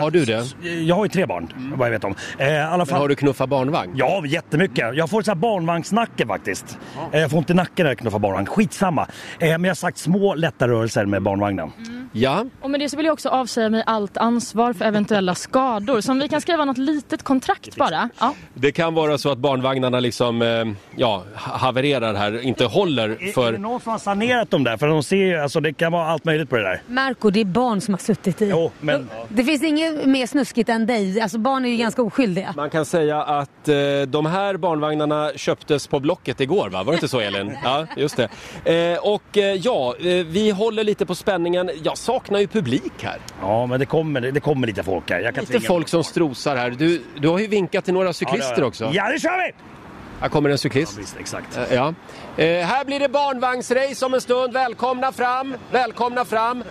Speaker 7: har
Speaker 1: du det? Mm.
Speaker 7: Jag har ju tre barn, vad jag vet om. Eh, i alla fall,
Speaker 1: har du knuffat barnvagn?
Speaker 7: Ja, jättemycket. Jag får så här barnvagnsnacke faktiskt. Eh, jag får inte nacken när jag knuffar barnvagn. Skitsamma. Eh, men jag har sagt små lätta rörelser med barnvagnen.
Speaker 1: Mm. Ja.
Speaker 4: Och med det så vill jag också avsäga mig allt ansvar för eventuella skador. Så om vi kan skriva något litet kontrakt bara.
Speaker 7: liksom-
Speaker 4: Ja.
Speaker 1: Det kan vara så att barnvagnarna liksom, eh, ja, ha- havererar här, inte håller
Speaker 7: Är det
Speaker 1: för...
Speaker 7: någon som har sanerat dem där? För de ser ju, alltså det kan vara allt möjligt på det där.
Speaker 15: Marco, det är barn som har suttit i.
Speaker 7: Jo, men...
Speaker 15: Det finns inget mer snuskigt än dig. Alltså barn är ju ganska oskyldiga.
Speaker 1: Man kan säga att eh, de här barnvagnarna köptes på Blocket igår, va? Var det inte så Elin? Ja, just det. Eh, och eh, ja, eh, vi håller lite på spänningen. Jag saknar ju publik här.
Speaker 7: Ja, men det kommer, det kommer lite folk här. Jag kan
Speaker 1: Lite
Speaker 7: tvinga-
Speaker 1: folk som strosar här. Du, du har ju vinkat till några
Speaker 7: Ja, det har jag.
Speaker 1: cyklister också.
Speaker 7: Ja, det kör vi!
Speaker 1: Här kommer en cyklist.
Speaker 7: Ja, visst, exakt.
Speaker 1: Eh, Ja. Eh, här blir det barnvagnsrace om en stund. Välkomna fram! Välkomna fram!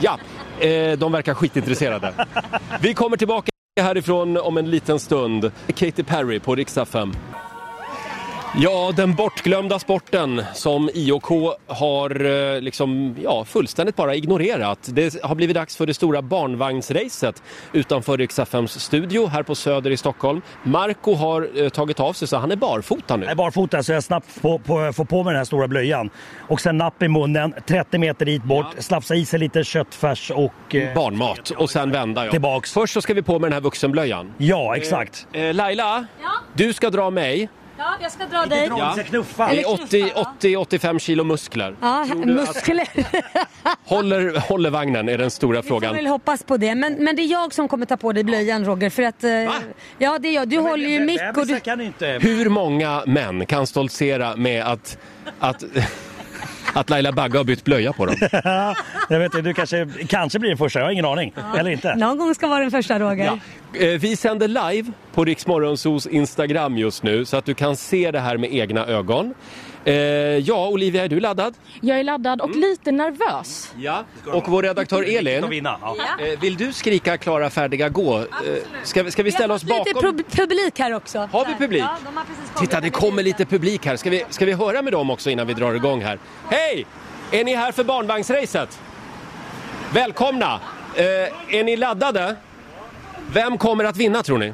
Speaker 1: Ja, eh, de verkar skitintresserade. Vi kommer tillbaka härifrån om en liten stund. Katy Perry på riksdag 5. Ja, den bortglömda sporten som IOK har eh, liksom, ja, fullständigt bara ignorerat. Det har blivit dags för det stora barnvagnsracet utanför Rix FMs studio här på Söder i Stockholm. Marco har eh, tagit av sig så han är barfota nu.
Speaker 7: Jag är barfota så jag snabbt får på, får på mig den här stora blöjan. Och sen napp i munnen, 30 meter dit bort, slafsa i sig lite köttfärs och... eh,
Speaker 1: Barnmat och sen vända ja.
Speaker 7: Tillbaks.
Speaker 1: Först så ska vi på med den här vuxenblöjan.
Speaker 7: Ja, exakt.
Speaker 1: Eh, eh, Laila, du ska dra mig
Speaker 15: Ja, jag ska dra dig.
Speaker 1: Det
Speaker 15: Eller
Speaker 1: är 80, 80 85 kilo muskler.
Speaker 15: Ja,
Speaker 1: Tror du att-
Speaker 15: muskler.
Speaker 1: Håller, håller vagnen är den stora
Speaker 15: Jag
Speaker 1: frågan.
Speaker 15: vill hoppas på det. Men, men det är jag som kommer ta på dig blöjan Roger. För att, eh, ja, det är jag. Du håller ju mick och du...
Speaker 7: kan inte...
Speaker 1: Hur många män kan stoltsera med att, att, att Laila Bagge har bytt blöja på dem?
Speaker 7: jag vet inte, du kanske, kanske blir den första, jag har ingen aning. Eller inte.
Speaker 15: Någon gång ska vara den första Roger.
Speaker 1: Ja. Eh, Vi sänder live på Riksmorgonsos Instagram just nu så att du kan se det här med egna ögon. Eh, Ja, Olivia, är du laddad?
Speaker 4: Jag är laddad
Speaker 7: Mm.
Speaker 4: och lite nervös.
Speaker 1: Ja. Och vår redaktör Elin, eh, vill du skrika klara, färdiga, gå? Eh, Ska, vi- ska vi ställa oss
Speaker 15: Lite
Speaker 1: bakom?
Speaker 15: pub- publik här också.
Speaker 1: Har vi publik?
Speaker 15: Ja, de har precis kommit.
Speaker 1: Titta, det kommer lite publik här. Ska vi, ska vi höra med dem också innan vi drar igång här? Hej! Är ni här för barnvagnsracet? Välkomna! Eh, är ni laddade? Vem kommer att vinna tror ni?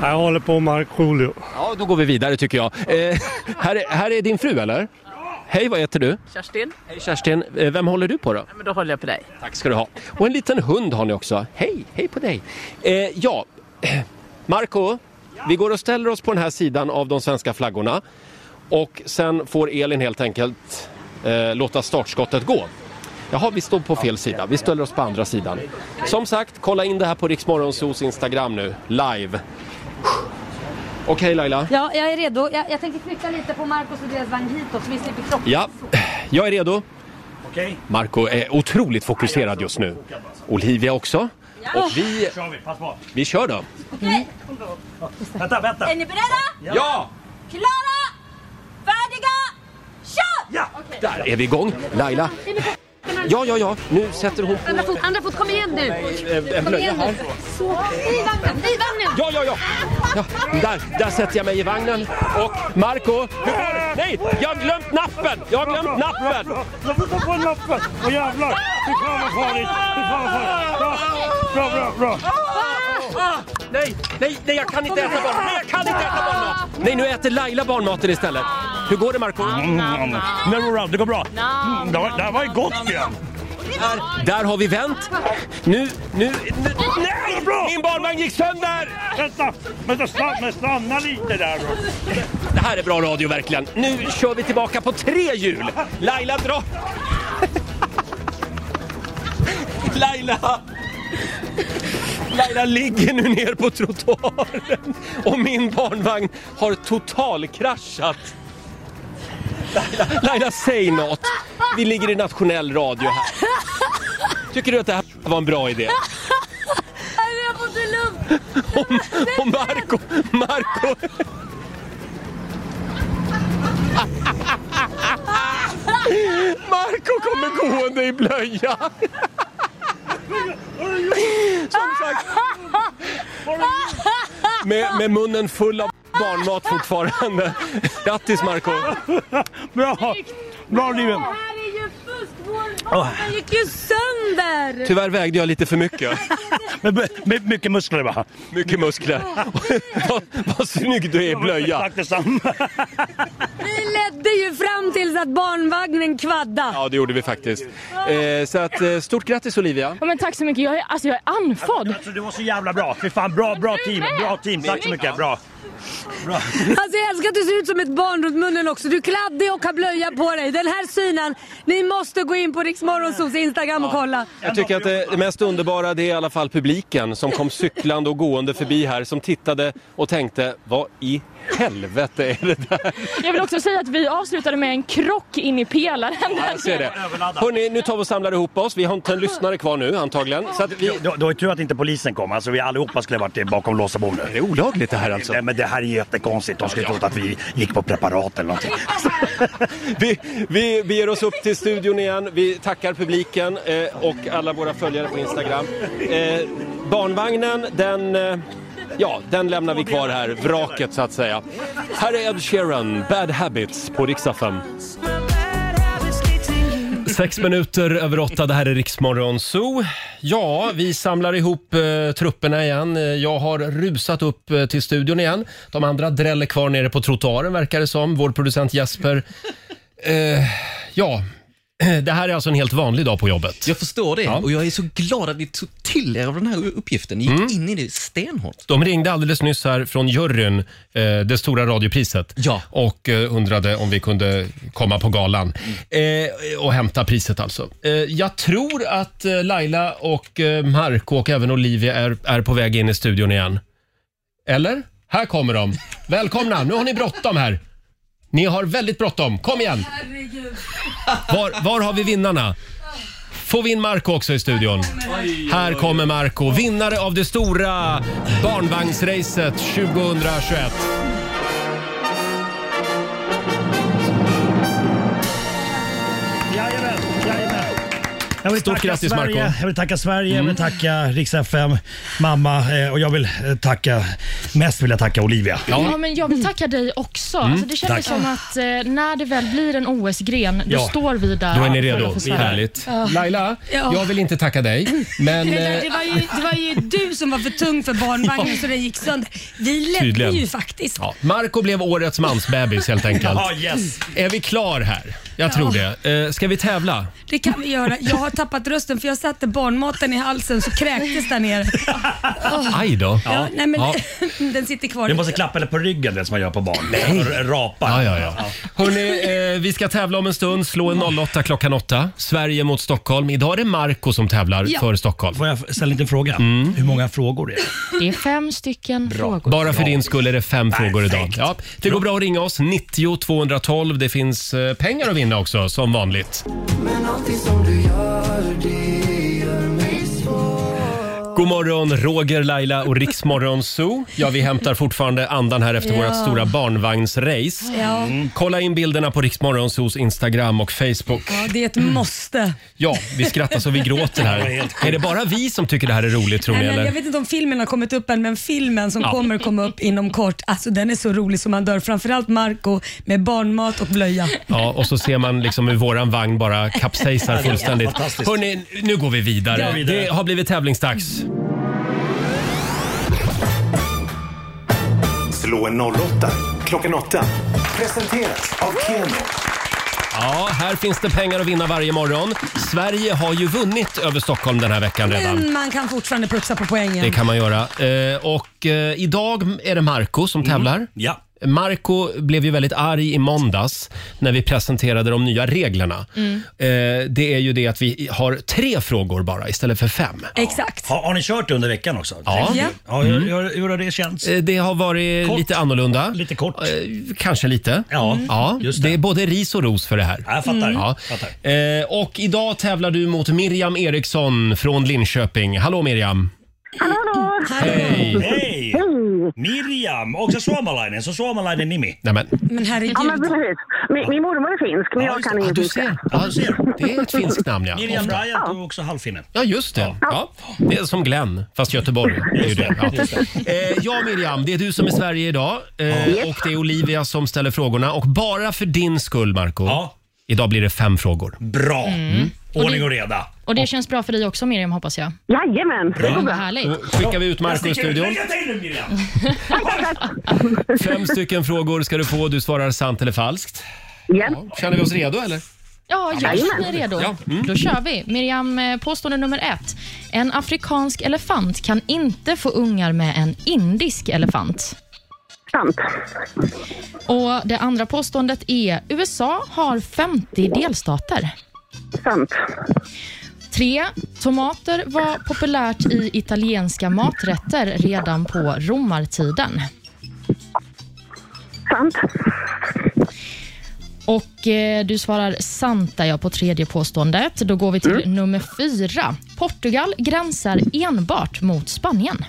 Speaker 16: Jag håller på med Markoolio.
Speaker 1: Ja, då går vi vidare tycker jag. Eh, här, är, här är din fru eller? Hej, vad heter du?
Speaker 12: Kerstin?
Speaker 1: Hej Kerstin, Eh, vem håller du på då?
Speaker 12: Men då håller jag på dig.
Speaker 1: Tack ska du ha. Och en liten hund har ni också. Hej, hej på dig. Eh, ja, Marco, vi går och ställer oss på den här sidan av de svenska flaggorna och sen får Elin helt enkelt eh, låta startskottet gå. Jaha, vi står på fel sida. Vi ställer oss på andra sidan. Som sagt, kolla in det här på Riksmorgonsos Instagram nu, live. Okej Laila.
Speaker 15: Ja, jag är redo. Jag, jag tänker flytta lite på Marcos och deras vagn hitåt så vi slipper kroppen.
Speaker 1: Ja, jag är redo.
Speaker 7: Okej.
Speaker 1: Marco är otroligt fokuserad just nu. Olivia också. Och vi,
Speaker 7: kör vi, pass på.
Speaker 1: vi kör då.
Speaker 10: Okej.
Speaker 7: Vänta, vänta.
Speaker 10: Är ni beredda?
Speaker 1: Ja!
Speaker 10: Klara, färdiga, kör!
Speaker 7: Ja!
Speaker 1: Där är vi igång. Laila. Ja, ja, ja. Nu sätter hon
Speaker 10: Andra fot, andra fot, kom igen nu!
Speaker 1: en
Speaker 10: Kom
Speaker 1: blöja
Speaker 10: igen
Speaker 1: här.
Speaker 10: nu! Så, I vagnen, i vagnen!
Speaker 1: Ja, ja, ja. ja där, där sätter jag mig i vagnen. Och Marco, hur går det? Nej, jag har glömt nappen! Jag har glömt nappen!
Speaker 16: Jag får ta på nappen! Åh jävlar! Fy fan vad farligt! Fy fan vad farligt! Bra, bra, bra! bra.
Speaker 1: Nej, nej, nej, jag kan inte äta barnmat! Nej, jag kan inte äta barnmat! Nej, nu äter Laila barnmaten istället. Hur går det Marco?
Speaker 7: Mm. Merrow det går bra.
Speaker 1: Mm,
Speaker 7: det var- det här var ju gott ju.
Speaker 1: Där, där har vi vänt. Nu, nu, nu. Nej! Min barnvagn gick sönder!
Speaker 16: Vänta, vänta stanna, stanna lite där då.
Speaker 1: Det här är bra radio verkligen. Nu kör vi tillbaka på tre hjul. Laila dra... Laila! Laila ligger nu ner på trottoaren och min barnvagn har totalkraschat. Laila, Laila, säg något. Vi ligger i nationell radio här. Tycker du att det här var en bra idé?
Speaker 10: Herre, jag får inte luft!
Speaker 1: Och, och Marco, Marco... Marco kommer gående i blöja. Som sagt. Med, med munnen full av barnmat fortfarande. Grattis Marco
Speaker 16: Bra! Bra
Speaker 10: Det här är ju fusk! Vår vagn gick ju sönder!
Speaker 1: Tyvärr vägde jag lite för mycket.
Speaker 7: Med, mycket muskler va?
Speaker 1: Mycket muskler. vad, vad snygg du är i blöja.
Speaker 7: Tack detsamma.
Speaker 15: Vi ledde ju fram tills att barnvagnen kvadda.
Speaker 1: Ja, det gjorde vi faktiskt. Eh, så att, eh, stort grattis Olivia.
Speaker 4: Ja, men tack så mycket. Jag är, alltså, jag är anfådd.
Speaker 7: Alltså, du var så jävla bra. Fy fan, bra, bra team. Bra team. Tack så mycket. Bra. bra.
Speaker 15: Alltså jag älskar att du ser ut som ett barn runt munnen också. Du är kladdig och har blöja på dig. Den här synen, ni måste gå in på Riksmorgonsols Instagram och kolla.
Speaker 1: Jag tycker att det det mest underbara det är i alla fall publiken som kom cyklande och gående förbi här som tittade och tänkte vad i helvete är det där?
Speaker 4: Jag vill också säga att vi avslutade med en krock in i pelaren.
Speaker 1: Jag ser det. Hörrni, nu tar vi och samlar ihop oss. Vi har inte en lyssnare kvar nu antagligen. Så att vi...
Speaker 7: Då, då är det tur att inte polisen kom. Alltså, vi allihopa skulle ha varit i- bakom lås och bom nu. Är
Speaker 1: det olagligt det här alltså?
Speaker 7: Nej, men det här är jättekonstigt. De skulle trott att vi gick på preparat eller någonting.
Speaker 1: Vi, vi, vi ger oss upp till studion igen. Vi tackar publiken eh, och alla våra följare på Instagram. Eh, barnvagnen, den, eh, ja, den lämnar vi kvar här. Vraket så att säga. Här är Ed Sheeran, Bad Habits på Rix FM. Sex minuter över åtta, det här är Riksmorgon Zoo. Ja, vi samlar ihop eh, trupperna igen. Eh, Jag har rusat upp eh, till studion igen. De andra dräller kvar nere på trottoaren verkar det som. Vår producent Jesper. Eh, ja, det här är alltså en helt vanlig dag på jobbet.
Speaker 14: Jag förstår det och jag är så glad att vi tog till er av den här uppgiften. Ni gick
Speaker 1: Mm.
Speaker 14: in i det stenhårt.
Speaker 1: De ringde alldeles nyss här från juryn, eh, det stora radiopriset, och eh, undrade om vi kunde komma på galan eh, och hämta priset alltså. Eh, jag tror att eh, Laila och eh, Marco och även Olivia är, är på väg in i studion igen. Eller? Här kommer de. Välkomna, nu har ni bråttom här. Ni har väldigt bråttom. Kom igen!
Speaker 10: Herregud.
Speaker 1: Var, var har vi vinnarna? Får vi in Marco också i studion? Här kommer Marco, vinnare av det stora barnvagnsracet 2021.
Speaker 7: Jajamän, jajamän. Jag vill
Speaker 1: Stort
Speaker 7: tacka
Speaker 1: grattis,
Speaker 7: Sverige.
Speaker 1: Marco. Mm.
Speaker 7: Jag vill tacka Sverige, jag vill tacka Rix FM, mamma eh, och jag vill eh, tacka, mest vill jag tacka Olivia.
Speaker 4: Ja. men jag vill tacka dig också.
Speaker 7: Mm,
Speaker 4: Alltså, det kändes
Speaker 7: tack.
Speaker 4: som att eh, när det väl blir en OS-gren, då
Speaker 1: Ja.
Speaker 4: står vi där.
Speaker 1: Då är ni
Speaker 4: och kollar
Speaker 1: redo.
Speaker 4: på Sverige.
Speaker 1: Härligt.
Speaker 4: Ja.
Speaker 1: Laila,
Speaker 4: Ja.
Speaker 1: jag vill inte tacka dig, men...
Speaker 3: Det, där,
Speaker 1: eh,
Speaker 3: det, var ju, det var ju du som var för tung för barnvagnen så den gick sönder. Vi ledde
Speaker 1: Tydligen.
Speaker 3: ju faktiskt.
Speaker 1: Ja, Marco blev årets mansbebis helt enkelt.
Speaker 3: Ja, yes.
Speaker 1: Är vi klar här? Jag tror
Speaker 3: Ja.
Speaker 1: det. Eh, Ska vi tävla?
Speaker 3: Det kan vi göra. Jag har tappat rösten för jag satte barnmaten i halsen så kräktes där nere. Åh.
Speaker 1: Aj då.
Speaker 3: Ja, nej men,
Speaker 1: Ja.
Speaker 3: den sitter kvar.
Speaker 7: Du måste klappa henne på ryggen, det som man gör på barn. R- Rapa.
Speaker 1: Ja, ja, ja. Hörrni, eh, vi ska tävla om en stund. Slå en 08 klockan 8. Sverige mot Stockholm. Idag är det Marco som tävlar
Speaker 4: Ja.
Speaker 1: för Stockholm.
Speaker 7: Får jag ställa en liten fråga? Hur många frågor är det?
Speaker 4: Det är fem stycken frågor.
Speaker 1: Bara för din skull är det fem frågor idag. Ja, det går bra att ringa oss. 90 212. Det finns eh, pengar att vinna också, som vanligt.
Speaker 10: Men allting som du gör, det gör mig svår.
Speaker 1: God morgon, Roger, Laila och Riksmorgon Zoo. Ja, vi hämtar fortfarande andan här efter
Speaker 10: Ja.
Speaker 1: vårt stora barnvagnsrace.
Speaker 3: Ja.
Speaker 1: Mm. Kolla in bilderna på Riksmorgon Zoos Instagram och Facebook.
Speaker 3: Ja, det är ett måste.
Speaker 1: Ja, vi skrattar så vi gråter
Speaker 7: Det var
Speaker 1: här.
Speaker 7: helt sjukt.
Speaker 1: Är det bara vi som tycker det här är roligt tror ni?
Speaker 3: Nej, men jag
Speaker 1: Eller?
Speaker 3: vet inte om filmen har kommit upp än, men filmen som
Speaker 1: Ja.
Speaker 3: kommer komma upp inom kort, alltså den är så rolig som man dör. Framförallt Marco med barnmat och blöja.
Speaker 1: Ja, och så ser man liksom hur våran vagn bara kapsejsar
Speaker 3: Ja, det är
Speaker 1: fullständigt.
Speaker 3: fantastiskt.
Speaker 1: Hörrni, nu går vi vidare.
Speaker 3: Ja.
Speaker 1: Det har blivit tävlingsdags.
Speaker 9: Slå en 08 klockan 8. Presenteras av Keno.
Speaker 1: Ja, här finns det pengar att vinna varje morgon. Sverige har ju vunnit över Stockholm den här veckan redan.
Speaker 3: Men man kan fortfarande putsa på poängen.
Speaker 1: Det kan man göra. Eh, och eh, idag är det Marco som
Speaker 3: Mm.
Speaker 1: tävlar.
Speaker 7: Ja.
Speaker 1: Marco blev ju väldigt arg i måndags när vi presenterade de nya reglerna.
Speaker 3: Mm.
Speaker 1: Eh, det är ju det att vi har tre frågor bara istället för fem.
Speaker 3: Exakt.
Speaker 7: Har, har ni kört det under veckan också?
Speaker 1: Ja. Mm.
Speaker 7: ja. hur, hur, hur har det känts?
Speaker 1: Eh, Det har varit
Speaker 7: Kort.
Speaker 1: lite annorlunda. Eh,
Speaker 7: Lite kort.
Speaker 1: Kanske lite.
Speaker 7: Ja,
Speaker 1: ja det. är både ris och ros för det här.
Speaker 7: jag fattar.
Speaker 1: mm. Ja. Eh, och idag tävlar du mot Miriam Eriksson från Linköping. Hallå Miriam!
Speaker 10: Hallå, hallå!
Speaker 1: Hej.
Speaker 7: Hej! Miriam, också suomalainen. Så suomalainen nimi.
Speaker 1: Nej, men.
Speaker 3: Men herregud.
Speaker 10: Ja, men precis. Min, min mormor är finsk, men jag kan
Speaker 7: Ah,
Speaker 10: ingen
Speaker 7: du
Speaker 10: finska.
Speaker 1: Ja, du ser. Det är ett finskt namn ja.
Speaker 7: Miriam
Speaker 1: Ofta.
Speaker 7: Bryant, du är också halvfinne.
Speaker 1: Ja, just det. Ja. Det är som Glenn, fast Göteborg. Det är ju det. Ja. Eh, ja, Miriam, det är du som är Sverige idag
Speaker 7: Ja.
Speaker 1: eh, och det är Olivia som ställer frågorna. Och bara för din skull, Marco idag blir det fem frågor.
Speaker 7: Bra!
Speaker 4: Mm.
Speaker 7: Ordning och reda.
Speaker 4: Och det känns bra för dig också Miriam, hoppas jag.
Speaker 10: Jajamän,
Speaker 4: det går bra. Härligt.
Speaker 1: Då skickar vi ut
Speaker 7: Jag
Speaker 1: Marco i
Speaker 7: sticker ut.
Speaker 1: studion.
Speaker 7: Lycka till nu Miriam!
Speaker 4: Mm.
Speaker 1: Fem stycken frågor ska du få. Du svarar sant eller falskt. Ja, känner vi oss redo eller?
Speaker 4: Ja, jag
Speaker 1: Jajamän.
Speaker 4: är redo.
Speaker 1: Ja, mm.
Speaker 4: Då kör vi. Miriam, eh, påstående nummer ett. En afrikansk elefant kan inte få ungar med en indisk elefant.
Speaker 10: Sant.
Speaker 4: Och Det andra påståendet är USA har 50 delstater.
Speaker 10: Sant.
Speaker 4: Tre Tomater var populärt i italienska maträtter redan på romartiden.
Speaker 10: Sant.
Speaker 4: Och eh, Du svarar sant där jag på tredje påståendet. Då går vi till nummer fyra. Portugal gränsar enbart mot Spanien.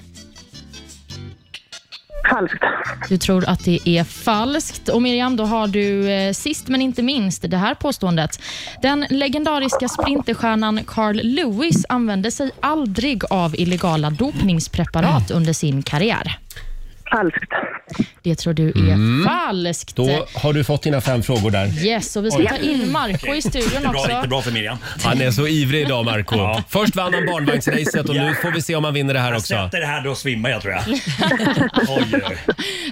Speaker 10: Falskt.
Speaker 4: Du tror att det är falskt. Och Miriam, då har du eh, sist men inte minst det här påståendet. Den legendariska sprinterstjärnan Carl Lewis använde sig aldrig av illegala dopningspreparat under sin karriär.
Speaker 10: Falskt.
Speaker 4: Det tror du är
Speaker 1: Mm.
Speaker 4: falskt.
Speaker 1: Då har du fått dina fem frågor där.
Speaker 4: Yes, och vi ska
Speaker 1: Oj.
Speaker 4: ta in Marco i studion också.
Speaker 7: bra för Miriam.
Speaker 1: Han är så ivrig idag Marco Först vann han barnvagnsracet och nu
Speaker 7: Ja.
Speaker 1: får vi se om han vinner det här
Speaker 7: Jag
Speaker 1: också.
Speaker 7: sätter det här, då svimmar jag tror jag.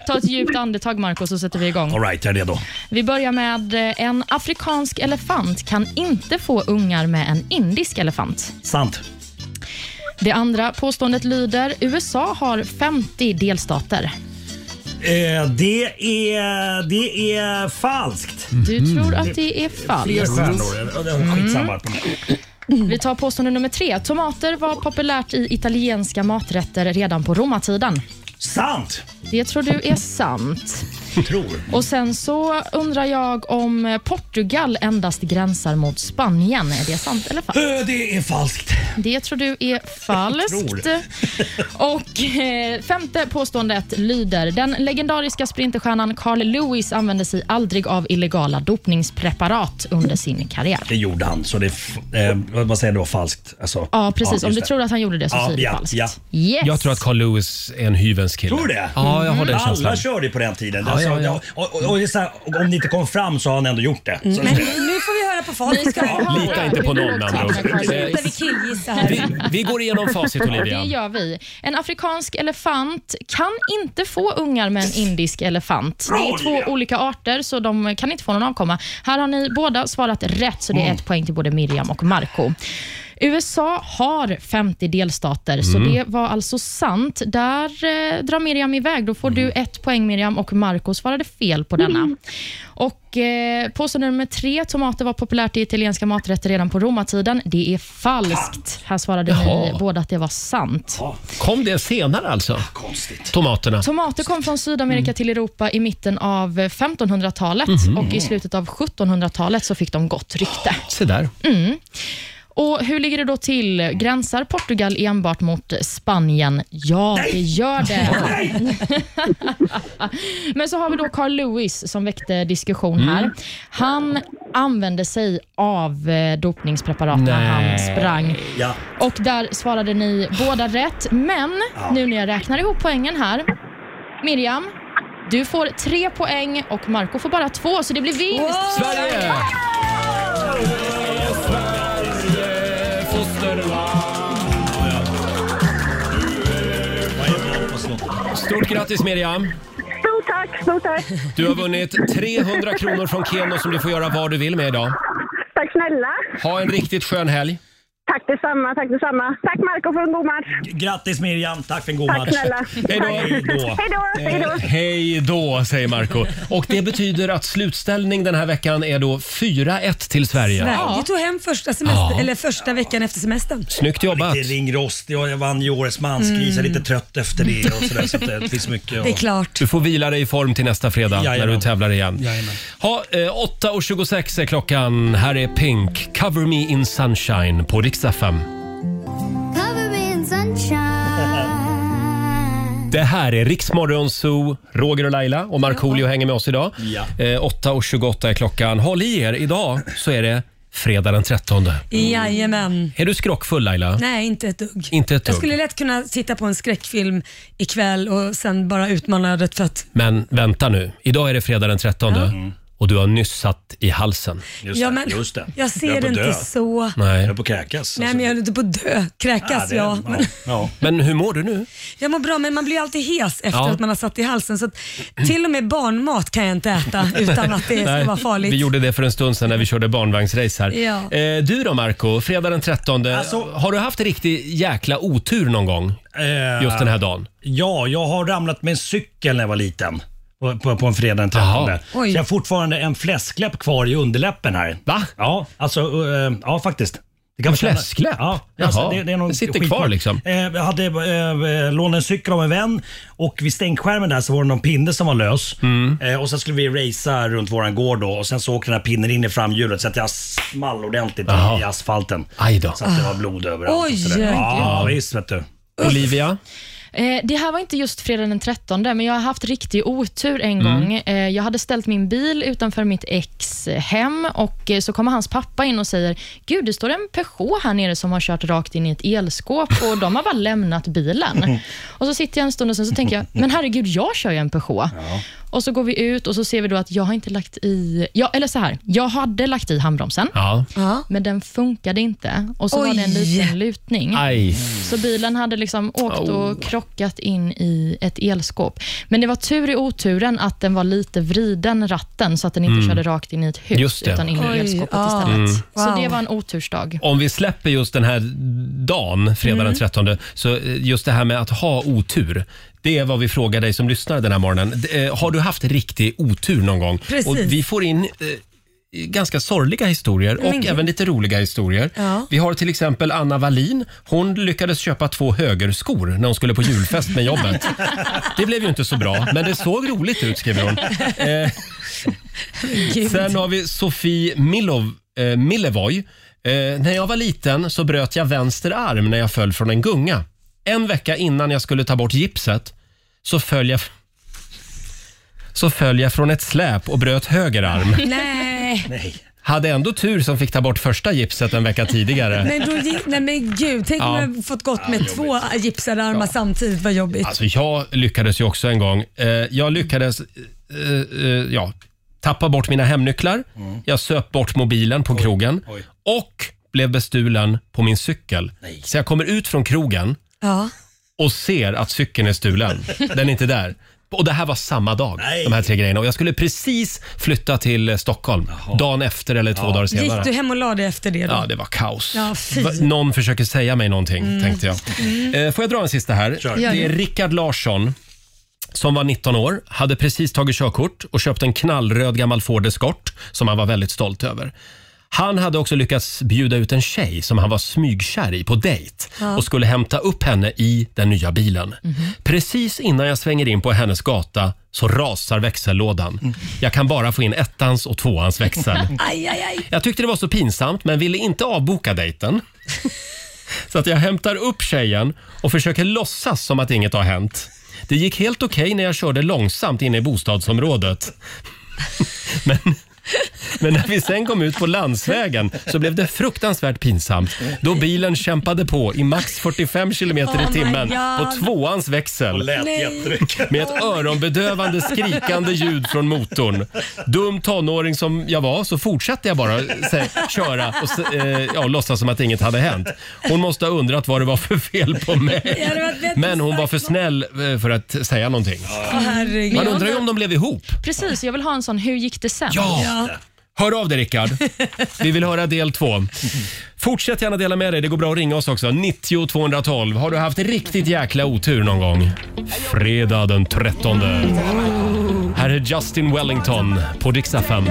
Speaker 4: Ta ett djupt andetag Marco så sätter vi igång.
Speaker 7: All right, jag är redo.
Speaker 4: Vi börjar med eh, en afrikansk elefant kan inte få ungar med en indisk elefant.
Speaker 7: Sant.
Speaker 4: Det andra påståendet lyder USA har 50 delstater.
Speaker 7: Eh, det, är, det är falskt.
Speaker 1: Mm.
Speaker 4: Du tror att det är
Speaker 7: Fler
Speaker 4: falskt.
Speaker 7: stjärnor. Ja, det är Skitsamma.
Speaker 1: Mm.
Speaker 4: Vi tar påstående nummer tre. Tomater var populärt i italienska maträtter redan på romartiden.
Speaker 7: Sant!
Speaker 4: Det tror du är sant.
Speaker 7: Tror.
Speaker 4: Och sen så undrar jag om Portugal endast gränsar mot Spanien. Är det sant eller falskt?
Speaker 7: Eh, Det är falskt.
Speaker 4: Det tror du är falskt.
Speaker 7: Tror.
Speaker 4: Och eh, femte påståendet lyder. Den legendariska sprinterstjärnan Carl Lewis använde sig aldrig av illegala dopningspreparat under sin karriär.
Speaker 7: Det gjorde han, så det är f- eh, vad vad säger du då? Falskt? Alltså,
Speaker 4: Ja, precis.
Speaker 7: just
Speaker 4: Om du tror att han gjorde det så säger du
Speaker 7: ja,
Speaker 4: falskt.
Speaker 7: Ja.
Speaker 4: Yes.
Speaker 1: Jag tror att Carl Lewis är en hyvens kille.
Speaker 7: Tror du det? Mm.
Speaker 1: Ja, jag har den känslan.
Speaker 7: Alla körde ju på den tiden.
Speaker 1: Ja,
Speaker 7: alltså,
Speaker 1: ja, ja.
Speaker 7: Och, och, och det är så här, om det inte kom fram så har han ändå gjort det. Så,
Speaker 3: Men nu får vi höra på folk.
Speaker 4: Vi ska
Speaker 3: höra.
Speaker 1: Lita inte på någon med andra ord. Eh,
Speaker 3: Nu slutar vi killgissa här.
Speaker 1: Vi går igenom facit Olivia.
Speaker 4: Det gör vi. En afrikansk elefant kan inte få ungar med en indisk elefant. Det är två olika arter, så de kan inte få någon avkomma. Här har ni båda svarat rätt, så det är ett poäng till både Miriam och Marco. USA har 50 delstater, så
Speaker 12: Mm.
Speaker 4: det var alltså sant. Där eh, drar Miriam iväg. Då får du ett poäng Miriam och Marco svarade fel på denna. Och eh, Påstående nummer tre, tomater var populärt i italienska maträtter redan på romartiden. Det är falskt. Här svarade ni
Speaker 1: Jaha.
Speaker 4: båda att det var sant.
Speaker 1: Kom det senare alltså?
Speaker 7: Ah, Konstigt.
Speaker 1: Tomaterna.
Speaker 4: Tomater kom från Sydamerika till Europa i mitten av 1500-talet
Speaker 1: Mm. Mhm.
Speaker 4: och i slutet av 1700-talet så fick de gott rykte.
Speaker 1: Se där.
Speaker 4: Mm. Och Hur ligger det då till? Gränsar Portugal enbart mot Spanien? Ja, det gör det. Men så har vi då Carl Lewis som väckte diskussion här. Han använde sig av eh, dopningspreparat när han sprang.
Speaker 7: Ja.
Speaker 4: Och där svarade ni båda rätt. Men nu när jag räknar ihop poängen här. Miriam, du får tre poäng och Marco får bara två, så det blir vinst.
Speaker 1: Sverige! Stort grattis Miriam!
Speaker 10: Stort tack, stort tack.
Speaker 1: Du har vunnit 300 kronor från Keno som du får göra vad du vill med idag.
Speaker 10: Tack snälla.
Speaker 1: Ha en riktigt skön helg.
Speaker 10: Tack detsamma, tack detsamma. Tack Marco för en god match.
Speaker 7: Grattis Miriam, tack för en god
Speaker 10: Tack
Speaker 7: match.
Speaker 10: snälla.
Speaker 1: Hej då.
Speaker 10: Tack. Hej då, hej då.
Speaker 1: Eh, Hej då, säger Marco. Och det betyder att slutställning den här veckan är då 4-1 till Sverige.
Speaker 3: Sverige tog hem första, semester,
Speaker 1: Ja.
Speaker 3: eller första veckan efter semestern.
Speaker 1: Snyggt jobbat.
Speaker 7: Lite ringrostig och jag vann ju årets manskris. Jag är
Speaker 3: Mm.
Speaker 7: lite trött efter det och sådär. Så att eh, det finns mycket att-
Speaker 1: klart. Du får vila dig i form till nästa fredag när du
Speaker 7: Jajamän.
Speaker 1: tävlar igen.
Speaker 7: Jajamän.
Speaker 1: Ha, eh, 8.26 är klockan. Här är Pink. Cover me in sunshine på riksdag 5.
Speaker 12: Cover me in sunshine.
Speaker 1: Det här är Riksmorgon Zoo. Roger och Laila och Markoolio hänger med oss idag.
Speaker 7: Ja.
Speaker 1: Eh, 8.28 är klockan. Håll i er. Idag så är det fredag den 13.
Speaker 3: Jajamän.
Speaker 1: Är du skrockfull Laila?
Speaker 3: Nej, inte ett dugg.
Speaker 1: Inte ett dugg.
Speaker 3: Jag skulle lätt kunna titta på en skräckfilm ikväll och sen bara utmana ödet för att
Speaker 1: Men vänta nu. Idag är det fredag den 13 och du har nyss satt i halsen.
Speaker 7: Just,
Speaker 3: Ja,
Speaker 7: det,
Speaker 3: men
Speaker 7: just det.
Speaker 3: jag ser
Speaker 7: är på
Speaker 3: det inte
Speaker 7: dö.
Speaker 3: så.
Speaker 1: Nej.
Speaker 7: Jag är på kräkas. alltså.
Speaker 3: Nej, men jag är inte på att dö. Kräkas,
Speaker 7: Ja,
Speaker 3: ja.
Speaker 7: det-
Speaker 3: Men
Speaker 7: ja.
Speaker 1: Men hur mår du nu?
Speaker 3: jag mår bra, men man blir alltid hes efter
Speaker 1: Ja.
Speaker 3: att man har satt i halsen. Så att, till och med barnmat kan jag inte äta utan att det ska
Speaker 1: Nej,
Speaker 3: vara farligt.
Speaker 1: Vi gjorde det för en stund sedan när vi körde barnvagnsrace här.
Speaker 3: Ja.
Speaker 1: Eh, du då Marco, fredag den 13. har du haft riktig jäkla otur någon gång?
Speaker 7: Eh,
Speaker 1: Just den här dagen?
Speaker 7: Ja, jag har ramlat med en cykel när jag var liten. På, på, på en fredag den 13.
Speaker 1: Jaha.
Speaker 7: Så jag har fortfarande en fläskläpp kvar i underläppen här.
Speaker 1: Va?
Speaker 7: Ja, alltså, eh, ja faktiskt. Det kan
Speaker 1: En
Speaker 7: man känna.
Speaker 1: fläskläpp?
Speaker 7: Ja,
Speaker 1: Jaha.
Speaker 7: alltså, det, det, är någon
Speaker 1: Det sitter
Speaker 7: skit-
Speaker 1: kvar liksom.
Speaker 7: Eh, jag hade eh, lånat en cykel av en vän och vid stänkskärmen där så var det någon pinne som var lös.
Speaker 1: Mm.
Speaker 7: Eh, och sen skulle vi racea runt våran gård då och sen så åkte den här pinnen in i framhjulet så att jag small ordentligt
Speaker 1: Jaha.
Speaker 7: i asfalten.
Speaker 1: Aj då.
Speaker 7: Så att det var blod överallt. och
Speaker 4: Oj,
Speaker 7: sådär. Ja,
Speaker 1: gud.
Speaker 7: visst vet du.
Speaker 1: Olivia?
Speaker 4: Eh, Det här var inte just fredagen den 13, men jag har haft riktig otur
Speaker 1: Mm.
Speaker 4: en gång. Eh, Jag hade ställt min bil utanför mitt ex hem och eh, så kommer hans pappa in och säger, Gud, det står en Peugeot här nere som har kört rakt in i ett elskåp och de har bara lämnat bilen. Och så sitter jag en stund och sen så tänker jag, men herregud, jag kör ju en Peugeot. Och så går vi ut och så ser vi då att jag har inte lagt i, ja, eller så här, jag hade lagt i handbromsen,
Speaker 1: Ja.
Speaker 4: men den funkade inte. Och så var
Speaker 3: Oj.
Speaker 4: det en liten lutning.
Speaker 1: Aj. Oh.
Speaker 4: Så bilen hade liksom åkt och krockat in i ett elskåp. Men det var tur i oturen att den var lite vriden, ratten, så att den inte
Speaker 1: Mm.
Speaker 4: körde rakt in i ett
Speaker 1: Just
Speaker 4: hus,
Speaker 1: det.
Speaker 4: utan in i
Speaker 1: Oj,
Speaker 4: elskåpet
Speaker 1: ah,
Speaker 4: istället.
Speaker 1: Mm.
Speaker 4: Så
Speaker 1: wow.
Speaker 4: det var en otursdag.
Speaker 1: Om vi släpper just den här dagen, fredag den
Speaker 4: Mm.
Speaker 1: 13, så eh, just det här med att ha otur. Det är vad vi frågar dig som lyssnar den här morgonen. D- eh, Har du haft riktig otur någon gång?
Speaker 17: Precis.
Speaker 1: Och vi får in eh, ganska sorgliga historier och
Speaker 17: Men gud.
Speaker 1: även lite roliga historier.
Speaker 17: Ja.
Speaker 1: Vi har till exempel Anna Wallin. Hon lyckades köpa två högerskor när hon skulle på julfest med jobbet. Det blev ju inte så bra, men det såg roligt ut skriver hon. Eh, Sen har vi Sofie Milov, eh, Millevoj. Eh, när jag var liten så bröt jag vänster arm när jag föll från en gunga. En vecka innan jag skulle ta bort gipset så föll jag, så föll jag från ett släp och bröt höger arm.
Speaker 3: Nej.
Speaker 1: Hade ändå tur som fick ta bort första gipset en vecka tidigare.
Speaker 3: Men, då, gick- nej men gud, tänk om
Speaker 1: Ja.
Speaker 3: jag hade fått gått med två gipsade armar samtidigt, vad jobbigt.
Speaker 1: Alltså jag lyckades ju också en gång. Eh, jag lyckades eh, eh, ja, tappa bort mina hemnycklar. Jag söp bort mobilen på krogen. Och blev bestulen på min cykel. Så jag kommer ut från krogen
Speaker 3: Ja.
Speaker 1: och ser att cykeln är stulen. Den är inte där. Och det här var samma dag, de här tre grejerna. Och jag skulle precis flytta till eh, Stockholm. Dagen efter eller två dagar senare.
Speaker 3: Gick du hem och la dig efter det då?
Speaker 1: Ja, det var kaos.
Speaker 3: Ja, fy.
Speaker 1: Va- Någon försöker säga mig någonting,
Speaker 3: Mm.
Speaker 1: tänkte jag.
Speaker 3: Mm.
Speaker 1: Eh, Får jag dra en sista här?
Speaker 3: Gör
Speaker 1: Det är
Speaker 3: det.
Speaker 1: Rickard Larsson som var 19 år, hade precis tagit körkort och köpt en knallröd gammal Ford Escort som han var väldigt stolt över. Han hade också lyckats bjuda ut en tjej som han var smygkär i på dejt
Speaker 17: Ja.
Speaker 1: och skulle hämta upp henne i den nya bilen.
Speaker 3: Mhm.
Speaker 1: Precis innan jag svänger in på hennes gata så rasar växellådan.
Speaker 3: Mm.
Speaker 1: Jag kan bara få in ettans och tvåans växel.
Speaker 3: Aj, aj, aj.
Speaker 1: Jag tyckte det var så pinsamt men ville inte avboka dejten. Så att jag hämtar upp tjejen och försöker låtsas som att inget har hänt. Det gick helt okej när jag körde långsamt in i bostadsområdet. Men, men när vi sen kom ut på landsvägen så blev det fruktansvärt pinsamt då bilen kämpade på i max 45 km
Speaker 17: Oh
Speaker 1: i
Speaker 17: my
Speaker 1: timmen
Speaker 17: God.
Speaker 1: på tvåans växel.
Speaker 17: Och lät Nej. jättemycket.
Speaker 1: Med ett öronbedövande skrikande ljud från motorn. Dum tonåring som jag var så fortsatte jag bara sä- köra och s- eh, ja, låtsas som att inget hade hänt. Hon måste ha undrat vad det var för fel på mig.
Speaker 3: Ja, det var ett vettigt
Speaker 1: Men hon var för snäll eh, för att säga någonting.
Speaker 4: Åh, herregud.
Speaker 1: Man undrar ju om de blev ihop.
Speaker 4: Precis, jag vill ha en sån, hur gick det sen?
Speaker 1: Ja! Hör av dig Rickard. Vi vill höra del två. Fortsätt gärna dela med dig. Det går bra att ringa oss också. 90 212. Har du haft riktigt jäkla otur någon gång? Fredag den 13. Här är Justin Wellington på Dix FM.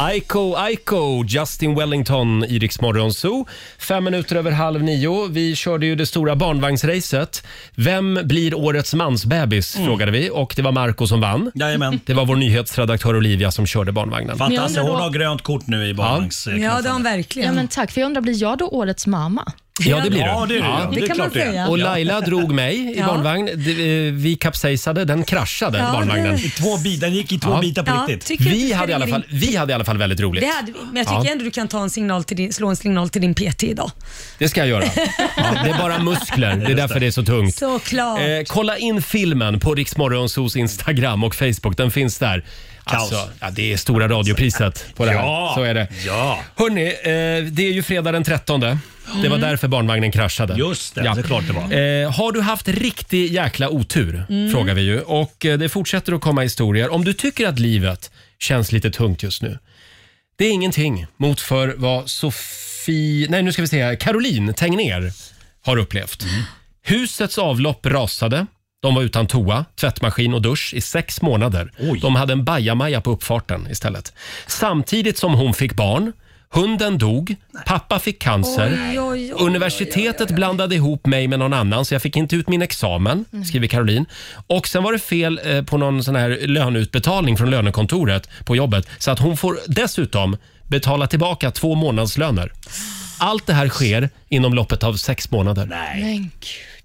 Speaker 1: Aiko Aiko, Justin Wellington i Rix Morgon Zoo. Fem minuter över halv nio. Vi körde ju det stora barnvagnsracet. Vem blir årets mansbebis? frågade vi och det var Marco som vann.
Speaker 7: Jajamän.
Speaker 1: Det var vår nyhetsredaktör Olivia som körde barnvagnen.
Speaker 7: Fantastiskt, Men jag undrar hon då- har grönt kort nu i barnvagns...
Speaker 4: Ja, det har verkligen. Ja, men tack. För jag undrar, blir jag då årets mamma?
Speaker 1: Ja, det blir
Speaker 7: Ja,
Speaker 1: du.
Speaker 7: det är du. Det Det kan är man klart det är. säga.
Speaker 1: Och
Speaker 7: Ja.
Speaker 1: Laila drog mig i
Speaker 7: Ja.
Speaker 1: barnvagn. Det- eh, Vi kapsejsade, den kraschade,
Speaker 3: Ja,
Speaker 1: barnvagnen.
Speaker 3: det- I
Speaker 7: två bitar, den gick i två bitar på Ja, riktigt. tycker jag att
Speaker 1: Vi
Speaker 7: du
Speaker 1: hade, i
Speaker 7: ska
Speaker 1: alla fall, vi hade i alla fall väldigt roligt.
Speaker 3: Det hade vi, men jag tycker
Speaker 1: Ja.
Speaker 3: ändå du kan ta en signal till din, slå en signal till din PT idag.
Speaker 1: Det ska jag göra. Ja, det är bara muskler, det är därför det är så tungt.
Speaker 3: Såklart.
Speaker 1: Eh, kolla in filmen på Riksmorgonsos Instagram och Facebook. Den finns där.
Speaker 17: Kaos.
Speaker 1: Alltså, ja, det är stora radiopriset på det här.
Speaker 17: Ja.
Speaker 1: Så är det. Ja. Hörni, eh, det är ju fredag den 13. Det var
Speaker 17: Mm.
Speaker 1: därför barnvagnen kraschade. Just
Speaker 7: det, det är klart det
Speaker 1: var. Eh, har du haft riktig jäkla otur?
Speaker 17: Mm.
Speaker 1: Frågar vi ju. Och eh, det fortsätter att komma historier. Om du tycker att livet känns lite tungt just nu. Det är ingenting mot för vad Sofie, nej nu ska vi se här, Caroline Tegnér har upplevt.
Speaker 17: Mm.
Speaker 1: Husets avlopp rasade. De var utan toa, tvättmaskin och dusch i sex månader. De hade en bajamaja på uppfarten istället. Samtidigt som hon fick barn, hunden dog, pappa fick cancer.
Speaker 17: Oj, oj, oj,
Speaker 1: Universitetet blandade ihop mig med någon annan så jag fick inte ut min examen,
Speaker 17: Mm.
Speaker 1: skriver Caroline. Och sen var det fel eh, på någon sån här löneutbetalning från lönekontoret på jobbet så att hon får dessutom betala tillbaka två månadslöner. Allt det här sker inom loppet av sex månader.
Speaker 3: Men gud.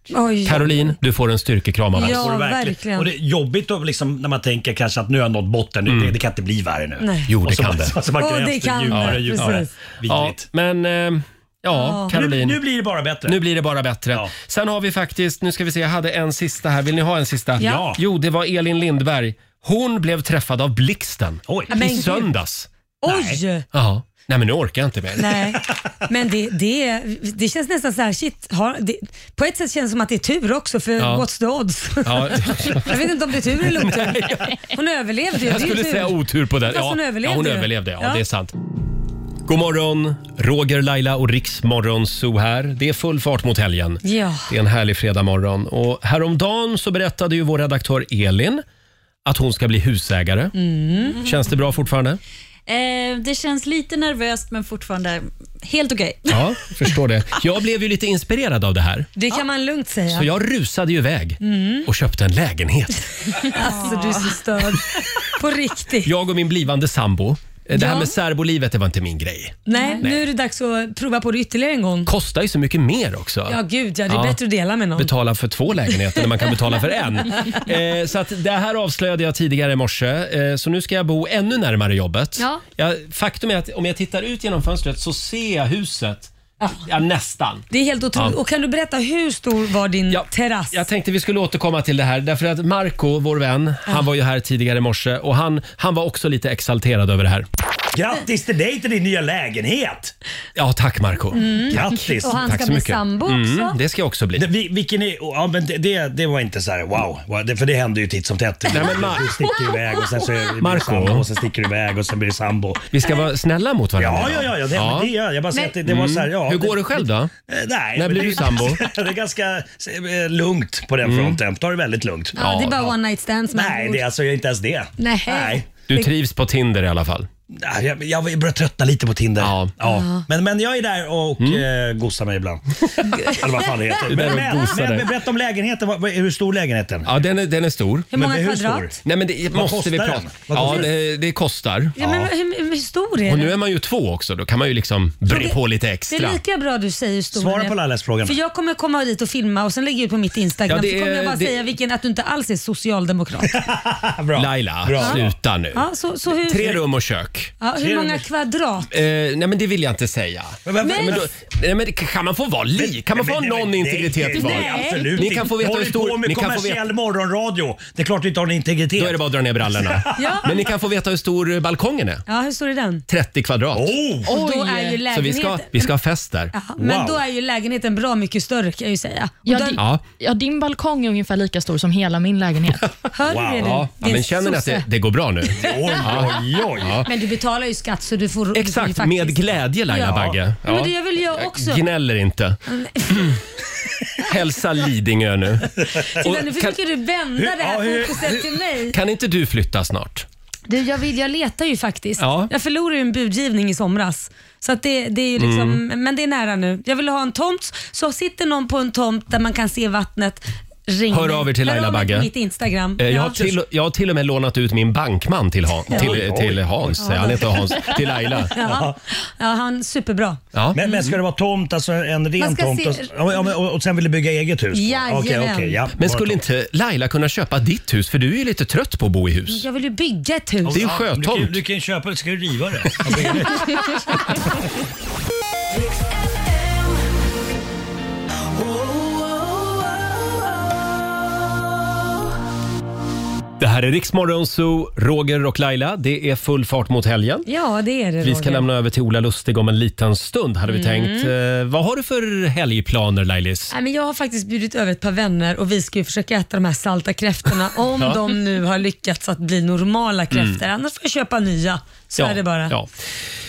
Speaker 3: Oj.
Speaker 1: Caroline, du får en styrkekram av oss.
Speaker 3: Ja,
Speaker 7: Och det
Speaker 3: verkligen.
Speaker 7: Och det är jobbigt då, liksom, när man tänker kanske att nu har jag nått botten, nu, det, det kan inte bli värre nu.
Speaker 3: Nej.
Speaker 1: Mm. Jo, det
Speaker 7: Och så,
Speaker 1: kan det.
Speaker 7: Så, så man
Speaker 3: Åh, det
Speaker 7: grävs
Speaker 3: kan det.
Speaker 7: djupare och
Speaker 3: Precis.
Speaker 7: djupare.
Speaker 1: Ja,
Speaker 7: Vidrigt.
Speaker 1: men... Eh, Ja,
Speaker 7: Ja.
Speaker 1: Caroline.
Speaker 7: Nu- nu blir det bara bättre.
Speaker 1: Nu blir det bara bättre. Sen har vi faktiskt, nu ska vi se, jag hade en sista här. Vill ni ha en sista?
Speaker 17: Ja.
Speaker 1: Jo, det var Elin Lindberg. Hon blev träffad av blixten
Speaker 3: Men
Speaker 1: i
Speaker 3: gud.
Speaker 1: söndags.
Speaker 3: Oj!
Speaker 1: Ja. Nej men nu orkar jag inte mer.
Speaker 3: Nej, men det, det, det känns nästan så här, shit, har, det, på ett sätt känns det som att det är tur också för
Speaker 1: Ja.
Speaker 3: what's the odds?
Speaker 1: Ja.
Speaker 3: jag vet inte om det är tur eller otur. Hon överlevde ju. det är
Speaker 1: Jag
Speaker 3: ju
Speaker 1: skulle
Speaker 3: tur.
Speaker 1: säga otur på den.
Speaker 3: Fast hon överlevde
Speaker 1: ja, hon
Speaker 3: ju.
Speaker 1: överlevde. Ja,
Speaker 3: Ja.
Speaker 1: det är sant. God morgon, Roger, Laila och Riksmorgon Zoo här. Det är full fart mot helgen.
Speaker 3: Ja.
Speaker 1: Det är en härlig fredagmorgon. Och häromdagen så berättade ju vår redaktör Elin att hon ska bli husägare.
Speaker 17: Mm.
Speaker 1: Känns det bra fortfarande?
Speaker 17: Eh, det känns lite nervöst men fortfarande helt okej.
Speaker 1: Ja, förstår det. Jag blev ju lite inspirerad av det här.
Speaker 3: Det kan man lugnt säga.
Speaker 1: Så jag rusade ju iväg
Speaker 3: Mm.
Speaker 1: och köpte en lägenhet.
Speaker 3: Alltså du är så störd. På riktigt.
Speaker 1: Jag och min blivande sambo. Eh, Det här
Speaker 3: Ja.
Speaker 1: med särbolivet, det var inte min grej.
Speaker 3: Nej,
Speaker 1: Nej.
Speaker 3: nu är det dags att prova på det ytterligare en gång.
Speaker 1: Kostar ju så mycket mer också.
Speaker 3: Ja, gud ja. Det är bättre att dela med någon.
Speaker 1: Betala för två lägenheter när man kan betala för en. Eh, så att det här avslöjade jag tidigare i morse, eh, så nu ska jag bo ännu närmare jobbet.
Speaker 3: Ja.
Speaker 1: Jag, faktum är att om jag tittar ut genom fönstret så ser jag huset. Ja, nästan.
Speaker 3: Det är helt otroligt.
Speaker 1: Ja.
Speaker 3: Och kan du berätta, hur stor var din terrass?
Speaker 1: Jag tänkte vi skulle återkomma till det här därför att Marco, vår vän, han var ju här tidigare i morse och han, han var också lite exalterad över det här.
Speaker 7: Grattis till dig till din nya lägenhet!
Speaker 1: Ja, tack Marco.
Speaker 3: Mm.
Speaker 7: Grattis!
Speaker 3: Och han ska bli sambo
Speaker 1: Mm.
Speaker 3: också.
Speaker 1: Det ska jag också bli.
Speaker 7: Det, vi- vilken är, ja, men det, det, det var inte så här wow, Wow, det- för det händer ju titt som tätt.
Speaker 1: Nej, men Mar-
Speaker 7: du sticker iväg och sen så är- blir du
Speaker 1: Marco.
Speaker 7: sambo och sen sticker du iväg och sen blir du sambo.
Speaker 1: Vi ska vara snälla mot varandra.
Speaker 7: Ja, ja, ja, ja, det, men det gör jag. Jag bara säger att det- det var så här, ja,
Speaker 1: Mm. Hur går
Speaker 7: det-
Speaker 1: det själv då?
Speaker 7: Eh,
Speaker 1: När
Speaker 7: Nej, men
Speaker 1: blir
Speaker 7: det-
Speaker 1: du sambo? Mm.
Speaker 7: det är ganska eh, lugnt på den fronten. Ta det väldigt lugnt.
Speaker 3: Ja, det är bara one night stands med
Speaker 7: Nej,
Speaker 3: andra
Speaker 7: det
Speaker 3: ord.
Speaker 7: är alltså inte ens det.
Speaker 3: Nej.
Speaker 1: Du trivs på Tinder i alla fall?
Speaker 7: Nej, Jag, jag börjar tröttna lite på Tinder. Ja.
Speaker 1: Ja. Mm.
Speaker 7: Men, men jag är där och eh, gosar mig ibland. Eller vad fan det heter.
Speaker 1: Du är där och
Speaker 7: Men, men,
Speaker 1: gosar
Speaker 7: men,
Speaker 1: dig.
Speaker 7: men berätta om lägenheten. Vad- vad- Hur stor är lägenheten?
Speaker 1: Ja, den är, den är stor.
Speaker 3: Hur många Men hur stor? kvadrat?
Speaker 1: Nej, men det
Speaker 7: Vad
Speaker 1: måste vi
Speaker 7: kostar
Speaker 1: prata
Speaker 7: den? Vad
Speaker 1: Ja,
Speaker 7: kostar
Speaker 1: det, det kostar.
Speaker 3: Ja, men hur, hur stor är
Speaker 1: Och
Speaker 3: den?
Speaker 1: nu är man ju två också, då kan man ju liksom bre på lite
Speaker 3: Det
Speaker 1: extra.
Speaker 3: är lika bra du säger hur stor
Speaker 1: Svara
Speaker 3: den är.
Speaker 1: på Lailas frågan.
Speaker 3: För jag kommer komma dit och filma och sen lägger jag ut på mitt Instagram.
Speaker 1: Ja, det
Speaker 3: så kommer jag
Speaker 1: är-
Speaker 3: bara
Speaker 1: det-
Speaker 3: säga vilken, att du inte alls är socialdemokrat.
Speaker 1: Laila,
Speaker 3: Bra.
Speaker 1: sluta nu.
Speaker 3: ja, så, så hur,
Speaker 1: Tre rum och kök.
Speaker 3: Ja, hur många kvadrat?
Speaker 1: Eh, nej men det vill jag inte säga.
Speaker 3: Men varför-
Speaker 1: då, nej, men kan man få vara li? Kan man få ha någon integritet kvar?
Speaker 7: Absolut
Speaker 1: Ni kan få veta hur
Speaker 7: Håller på
Speaker 1: stor...
Speaker 7: med
Speaker 1: Ni kan få
Speaker 7: kommersiell
Speaker 1: veta,
Speaker 7: morgonradio. Det är klart du inte har någon integritet. Då är
Speaker 1: det bara att dra ner brallorna.
Speaker 3: Ja.
Speaker 1: men ni kan få veta hur stor eh, balkongen är.
Speaker 3: Ja, hur stor är den?
Speaker 1: 30 kvadrat.
Speaker 3: Och då är ju
Speaker 1: Så vi ska,
Speaker 3: lägenheten-
Speaker 1: vi ska ha fest där.
Speaker 3: Ja, men då är ju lägenheten bra mycket större kan jag ju säga. Och
Speaker 4: Ja,
Speaker 3: den-
Speaker 4: di-
Speaker 1: Ja.
Speaker 4: ja, din balkong är ungefär lika stor som hela min lägenhet.
Speaker 3: Hör du det nu?
Speaker 1: Ja,
Speaker 3: Det är
Speaker 1: men känner ni att det,
Speaker 3: sosse.
Speaker 1: det går bra nu?
Speaker 3: Oj,
Speaker 1: oj, oj.
Speaker 3: Men du betalar ju skatt så du får... du får ju
Speaker 1: Exakt,
Speaker 3: faktiskt-
Speaker 1: med glädje Laila
Speaker 3: Ja.
Speaker 1: Bagge.
Speaker 3: Ja, men det gör väl jag också.
Speaker 1: Gnäller inte. Hälsa Lidingö nu.
Speaker 3: Titta, nu försöker du vända det
Speaker 1: Hur- ja,
Speaker 3: här
Speaker 1: hur-
Speaker 3: fokuset till mig.
Speaker 1: Kan inte du flytta snart?
Speaker 3: Du, jag, vill, jag letar ju faktiskt.
Speaker 1: Ja.
Speaker 3: Jag förlorade ju en budgivning i somras. Så att det, det är ju liksom,
Speaker 1: Mm.
Speaker 3: Men det är nära nu. Jag vill ha en tomt, så sitter någon på en tomt där man kan se vattnet. Ring
Speaker 1: Hör
Speaker 3: mig.
Speaker 1: av er till Laila
Speaker 3: av mig
Speaker 1: Bagge.
Speaker 3: på mitt Instagram.
Speaker 1: Eh, Jag
Speaker 3: Ja.
Speaker 1: har, till, jag har till och med lånat ut min bankman till, Han,
Speaker 3: Ja.
Speaker 1: till,
Speaker 3: Oj, oj.
Speaker 1: till Hans.
Speaker 3: Ja.
Speaker 1: Han heter Hans. Till Laila.
Speaker 3: Ja. ja, han är superbra.
Speaker 7: Men, men ska det vara tomt, alltså en
Speaker 3: Man
Speaker 7: ren
Speaker 3: ska
Speaker 7: tomt och,
Speaker 3: se-
Speaker 7: ja, men- och, och sen vill du bygga eget hus?
Speaker 3: Jajamän.
Speaker 7: Okej, okej, ja.
Speaker 1: Men skulle inte Laila kunna köpa ditt hus? För du är ju lite trött på att bo i hus.
Speaker 3: Jag vill ju bygga ett hus.
Speaker 1: Det är ju sjötomt.
Speaker 7: Du, kan- du kan ju köpa det, ska du riva det?
Speaker 1: Det här är Riksmorgon Zoo, Roger och Laila. Det är full fart mot helgen.
Speaker 3: Ja, det är det
Speaker 1: Vi ska
Speaker 3: Roger.
Speaker 1: lämna över till Ola Lustig om en liten stund hade vi
Speaker 3: Mm.
Speaker 1: tänkt. Eh, vad har du för helgplaner Lailis?
Speaker 3: Nej, men jag har faktiskt bjudit över ett par vänner och vi ska ju försöka äta de här salta kräftorna om
Speaker 1: Ja.
Speaker 3: de nu har lyckats att bli normala kräftor.
Speaker 1: Mm.
Speaker 3: Annars får jag köpa nya. Så
Speaker 1: Ja,
Speaker 3: är det bara.
Speaker 1: ja.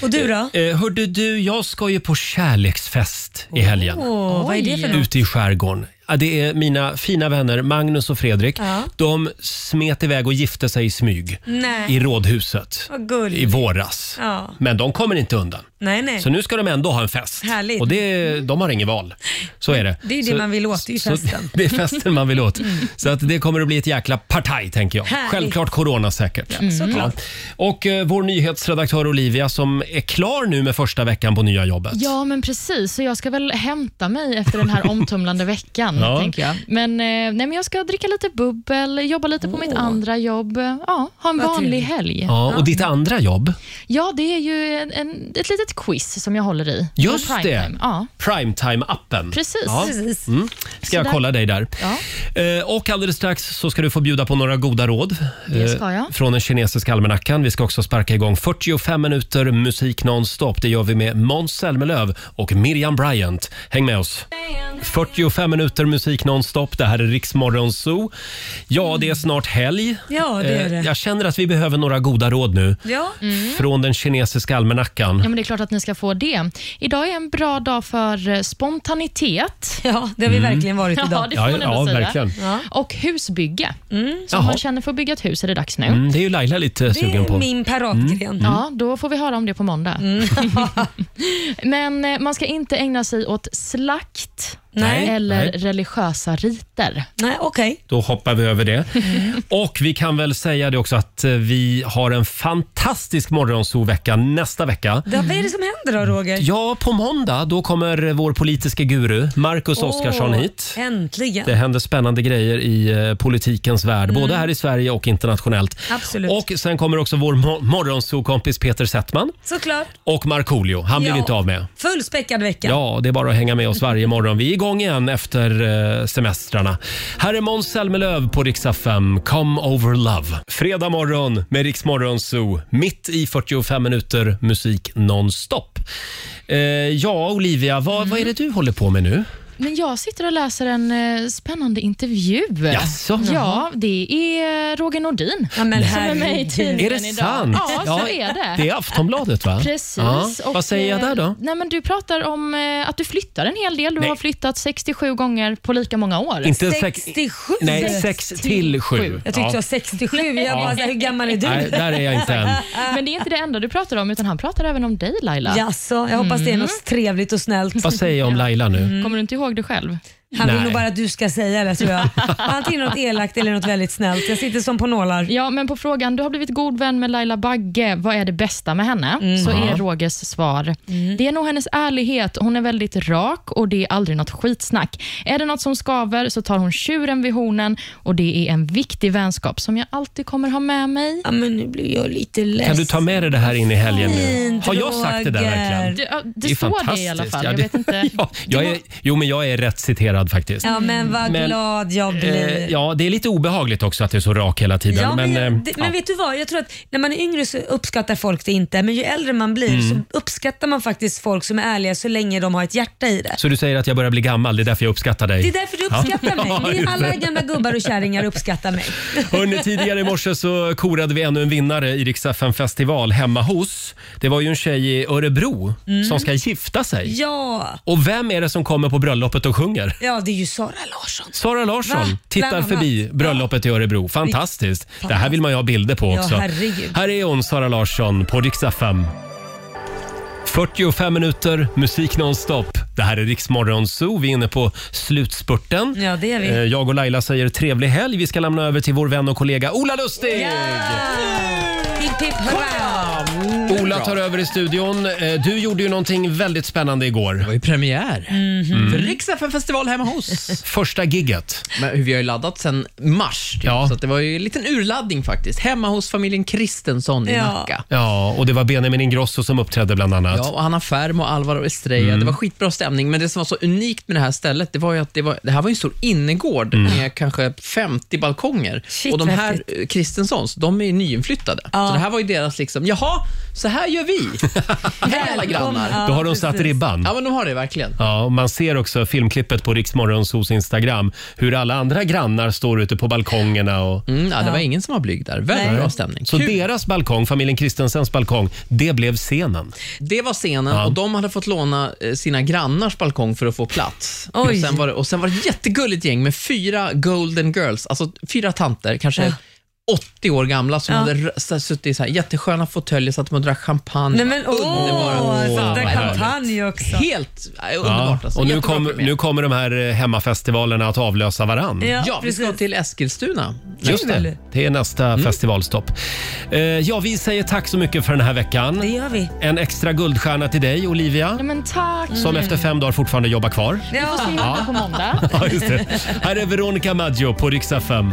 Speaker 3: Och du då?
Speaker 1: Eh, hörde du, jag ska ju på kärleksfest
Speaker 3: Oh.
Speaker 1: i helgen.
Speaker 3: Åh, vad är det för något?
Speaker 1: Ute i skärgården. Ja, det är mina fina vänner Magnus och Fredrik.
Speaker 3: Ja.
Speaker 1: De smet iväg och gifte sig i smyg
Speaker 3: Nej.
Speaker 1: i rådhuset
Speaker 3: Vad gulligt.
Speaker 1: i våras.
Speaker 3: Ja.
Speaker 1: Men de kommer inte undan.
Speaker 3: Nej, nej.
Speaker 1: Så nu ska de ändå ha en fest.
Speaker 3: Härligt.
Speaker 1: Och det, de har inget val. Så är det.
Speaker 3: Det är ju det
Speaker 1: så,
Speaker 3: man vill åt, det är ju
Speaker 1: så-
Speaker 3: festen. Mm.
Speaker 1: Det är festen man vill åt. Så att det kommer att bli ett jäkla partaj tänker jag.
Speaker 3: Härligt.
Speaker 1: Självklart coronasäkert.
Speaker 3: Ja, såklart.
Speaker 1: Och eh, vår nyhetsredaktör Olivia som är klar nu med första veckan på nya jobbet.
Speaker 4: Ja, men precis. Så jag ska väl hämta mig efter den här omtumlande veckan. kan,
Speaker 1: Ja.
Speaker 4: tänker jag. Men, eh, nej, men jag ska dricka lite bubbel, jobba lite på mitt andra jobb. Ja, ha en
Speaker 1: Vad
Speaker 4: vanlig
Speaker 1: trevligt.
Speaker 4: helg.
Speaker 1: Ja, och ditt andra jobb?
Speaker 4: Ja, det är ju en, en, ett litet quiz som jag håller i. På
Speaker 1: Just
Speaker 4: primetime.
Speaker 1: det.
Speaker 4: Ja.
Speaker 1: Primetime-appen.
Speaker 4: Precis. Precis.
Speaker 1: Mm. Ska jag
Speaker 4: Så där-
Speaker 1: kolla dig där.
Speaker 4: Ja.
Speaker 1: Eh, Och alldeles strax så ska du få bjuda på några goda råd
Speaker 4: Det
Speaker 1: eh,
Speaker 4: ska jag.
Speaker 1: från den kinesiska almanackan. Vi ska också sparka igång 45 minuter musik nonstop. Det gör vi med Måns Zelmerlöw och Miriam Bryant. Häng med oss. 45 minuter musik nonstop. Det här är Riksmorgon Zoo. Ja, det är snart helg.
Speaker 4: Ja, det är
Speaker 1: Eh,
Speaker 4: det.
Speaker 1: Jag känner att vi behöver några goda råd nu
Speaker 4: Ja.
Speaker 1: från den kinesiska almanackan.
Speaker 4: Ja, men det är klart att ni ska få det. Idag är en bra dag för eh, spontanitet. Ja,
Speaker 1: det har vi Mm. verkligen varit
Speaker 4: Ja,
Speaker 1: idag.
Speaker 4: det får man
Speaker 1: Ja,
Speaker 4: ändå
Speaker 1: ja,
Speaker 4: säga.
Speaker 1: verkligen. Mm.
Speaker 4: Och husbygge. Så om
Speaker 1: Jaha.
Speaker 4: man känner för att bygga ett hus är det dags nu.
Speaker 1: Mm, det är ju Laila lite sugen på. Mm. Mm.
Speaker 4: Ja, då får vi höra om det på måndag. Men eh, man ska inte ägna sig åt slakt
Speaker 1: Nej.
Speaker 4: eller
Speaker 1: Nej.
Speaker 4: religiösa riter.
Speaker 3: Nej, okej.
Speaker 1: Då hoppar vi över det.
Speaker 3: Mm.
Speaker 1: Och vi kan väl säga det också att eh, vi har en fantastisk morgonsovecka nästa vecka.
Speaker 3: Ja, vad är det som händer då Roger?
Speaker 1: Ja, på måndag då kommer vår politiska guru Marcus
Speaker 3: Åh,
Speaker 1: Oskarsson hit.
Speaker 3: Äntligen.
Speaker 1: Det händer spännande grejer i eh, politikens värld,
Speaker 3: Mm.
Speaker 1: både här i Sverige och internationellt.
Speaker 3: Absolut.
Speaker 1: Och sen kommer också vår mo- morgonsokompis Peter Settman
Speaker 3: Såklart.
Speaker 1: och Markoolio. Han blir
Speaker 3: Ja.
Speaker 1: vi inte av med.
Speaker 3: Fullspäckad vecka.
Speaker 1: Ja, det är bara att hänga med oss varje morgon. Vi är igång igen efter eh, semestrarna. Här är Måns Zelmerlöw på riksdag 5, Come Over Love. Fredag morgon med Rix Morgon Zoo, mitt i 45 minuter musik nonstop. Eh, ja, Olivia, vad, vad är det du håller på med
Speaker 4: Mm.
Speaker 1: nu?
Speaker 4: Men jag sitter och läser en eh, spännande intervju.
Speaker 1: Jaså?
Speaker 4: Ja, det är Roger Nordin
Speaker 1: Nej.
Speaker 4: som är med i tidningen
Speaker 1: Är det
Speaker 4: idag.
Speaker 1: sant?
Speaker 4: Ja, så är det.
Speaker 1: Det är Aftonbladet, va?
Speaker 4: Precis.
Speaker 1: Ja.
Speaker 4: och,
Speaker 1: Vad säger jag där
Speaker 4: eh,
Speaker 1: då?
Speaker 4: Nej, men du pratar om eh, att du flyttar en hel del. Du
Speaker 1: Nej.
Speaker 4: har flyttat 67 gånger på lika många år.
Speaker 1: Inte sex- 67? nej, sex till sju.
Speaker 4: eh, Jag
Speaker 1: tyckte Ja. jag var
Speaker 4: 67.
Speaker 1: Jag bara, så här, hur
Speaker 3: gammal
Speaker 1: är du? Nej, där är jag inte än.
Speaker 4: Men det är inte det enda du pratar om, utan han pratar även om dig Laila.
Speaker 3: Jaså, jag hoppas det är
Speaker 1: Mm.
Speaker 3: något trevligt och snällt.
Speaker 1: Vad säger jag om Laila nu?
Speaker 4: Kommer du inte ihåg det själv?
Speaker 3: Han vill
Speaker 1: Nej.
Speaker 3: nog bara att du ska säga det tror jag. Antingen något elakt eller något väldigt snällt. Jag sitter som på nålar.
Speaker 4: Ja, men på frågan, du har blivit god vän med Laila Bagge, vad är det bästa med henne? Så
Speaker 3: Mm. Ja. Mm.
Speaker 4: är Rogers svar, det är nog hennes ärlighet. Hon är väldigt rak och det är aldrig något skitsnack. Är det något som skaver så tar hon tjuren vid hornen och det är en viktig vänskap som jag alltid kommer ha med mig.
Speaker 3: Ja, men nu blir jag lite ledsen.
Speaker 1: Kan du ta med dig det här in i helgen nu?
Speaker 4: Fint,
Speaker 1: Har jag sagt det där
Speaker 4: Roger.
Speaker 1: verkligen?
Speaker 4: Det- ja, det
Speaker 1: är
Speaker 4: står det i alla
Speaker 1: fantastiskt.
Speaker 4: fall.
Speaker 1: Ja,
Speaker 4: Jag
Speaker 1: det-
Speaker 4: vet inte.
Speaker 1: ja, jag är, jo, men jag är rätt citerad faktiskt.
Speaker 3: Ja, men vad
Speaker 1: Men,
Speaker 3: glad jag blir.
Speaker 1: Eh, ja, det är lite obehagligt också att det är så rak hela tiden.
Speaker 3: Ja, men,
Speaker 1: men,
Speaker 3: jag,
Speaker 1: eh,
Speaker 3: det,
Speaker 1: ja.
Speaker 3: men vet du vad? Jag tror att när man är yngre så uppskattar folk det inte, men ju äldre man blir
Speaker 1: Mm.
Speaker 3: så uppskattar man faktiskt folk som är ärliga så länge de har ett hjärta i det.
Speaker 1: Så du säger att jag börjar bli gammal, det är därför jag uppskattar dig?
Speaker 3: Det är därför du uppskattar
Speaker 1: Ja,
Speaker 3: mig. Ni
Speaker 1: just
Speaker 3: alla
Speaker 1: det.
Speaker 3: gamla gubbar och kärringar uppskattar mig.
Speaker 1: Hörrni, tidigare i morse så korade vi ännu en vinnare i Rix FM festival hemma hos. Det var ju en tjej i Örebro
Speaker 3: Mm.
Speaker 1: som ska gifta sig.
Speaker 3: Ja.
Speaker 1: Och vem är det som kommer på bröllopet och sjunger?
Speaker 3: ja, det är ju Sara Larsson.
Speaker 1: Sara Larsson
Speaker 3: Va? Bland
Speaker 1: tittar
Speaker 3: annat.
Speaker 1: förbi bröllopet i Örebro. Fantastiskt. Det här vill man ju ha bilder på
Speaker 3: Ja,
Speaker 1: också.
Speaker 3: herregud.
Speaker 1: här är hon, Sara Larsson, på Rix FM. 45 minuter, musik nonstop. Det här är Rix Morgon Zoo. Vi är inne på slutspurten.
Speaker 3: Ja, det är vi.
Speaker 1: Eh, Jag och Laila säger trevlig helg. Vi ska lämna över till vår vän och kollega Ola Lustig.
Speaker 3: Hipp hipp hurra!
Speaker 1: Ola tar över i studion. Eh, Du gjorde ju någonting väldigt spännande igår. Det var ju premiär.
Speaker 11: För Rix FM festival hemma hos.
Speaker 1: Första gigget.
Speaker 11: Mm. Men vi har ju laddat sen mars, typ. så att det var ju en liten urladdning faktiskt. Hemma hos familjen Kristensson i
Speaker 1: Ja.
Speaker 11: Nacka.
Speaker 1: Ja, och det var Benjamin Ingrosso som uppträdde bland annat.
Speaker 11: Ja, och Hanna Färm och Alvaro Estrella.
Speaker 1: Mm.
Speaker 11: Det var skitbra stämning, men det som var så unikt med det här stället, det var ju att det, var, det här var ju en stor innergård
Speaker 1: Mm.
Speaker 11: med kanske 50 balkonger. och de
Speaker 14: vad
Speaker 11: här eh, Kristenssons, de är ju nyinflyttade. Så det här var ju deras liksom, jaha, så här gör vi. Hej alla grannar.
Speaker 1: Då har de satt ribban.
Speaker 11: Ja, men de har det verkligen.
Speaker 1: Ja, man ser också filmklippet på Riksmorgonsos Instagram hur alla andra grannar står ute på balkongerna. Och...
Speaker 11: Mm, ja, det var ingen som var blyg där. Väldigt bra stämning.
Speaker 1: Så deras balkong, familjen Kristensens balkong, det blev scenen.
Speaker 11: Det var scenen och de hade fått låna eh, sina grannars balkong för att få plats. Och
Speaker 1: Oj.
Speaker 11: sen, var det, och sen var det ett jättegulligt gäng med fyra golden girls, alltså fyra tanter, kanske 80 år gamla som
Speaker 15: Ja.
Speaker 11: hade r- så här, suttit i så här jättesköna fåtöljer, satt och drack champagne.
Speaker 15: Nej, men åh,
Speaker 11: Underbara.
Speaker 15: satt där
Speaker 11: Fan, vad
Speaker 15: champagne
Speaker 11: härligt.
Speaker 15: också.
Speaker 11: Helt äh, underbart. Alltså.
Speaker 1: Och nu,
Speaker 11: Jättebra
Speaker 1: kom,
Speaker 11: premiär.
Speaker 1: nu kommer de här eh, hemmafestivalerna att avlösa varann.
Speaker 11: Ja, vi ska till Eskilstuna.
Speaker 1: Just det, det är nästa
Speaker 11: Mm.
Speaker 1: festivalstopp. Eh, ja, vi säger tack så mycket för den här veckan. Det
Speaker 3: gör vi.
Speaker 1: En extra guldstjärna till dig, Olivia.
Speaker 4: Ja, men tack.
Speaker 11: Mm.
Speaker 1: Som efter fem dagar fortfarande jobbar kvar.
Speaker 4: Vi får se hur det går på måndag.
Speaker 1: Ja, just det. Här är Veronica Maggio på Riksa 5.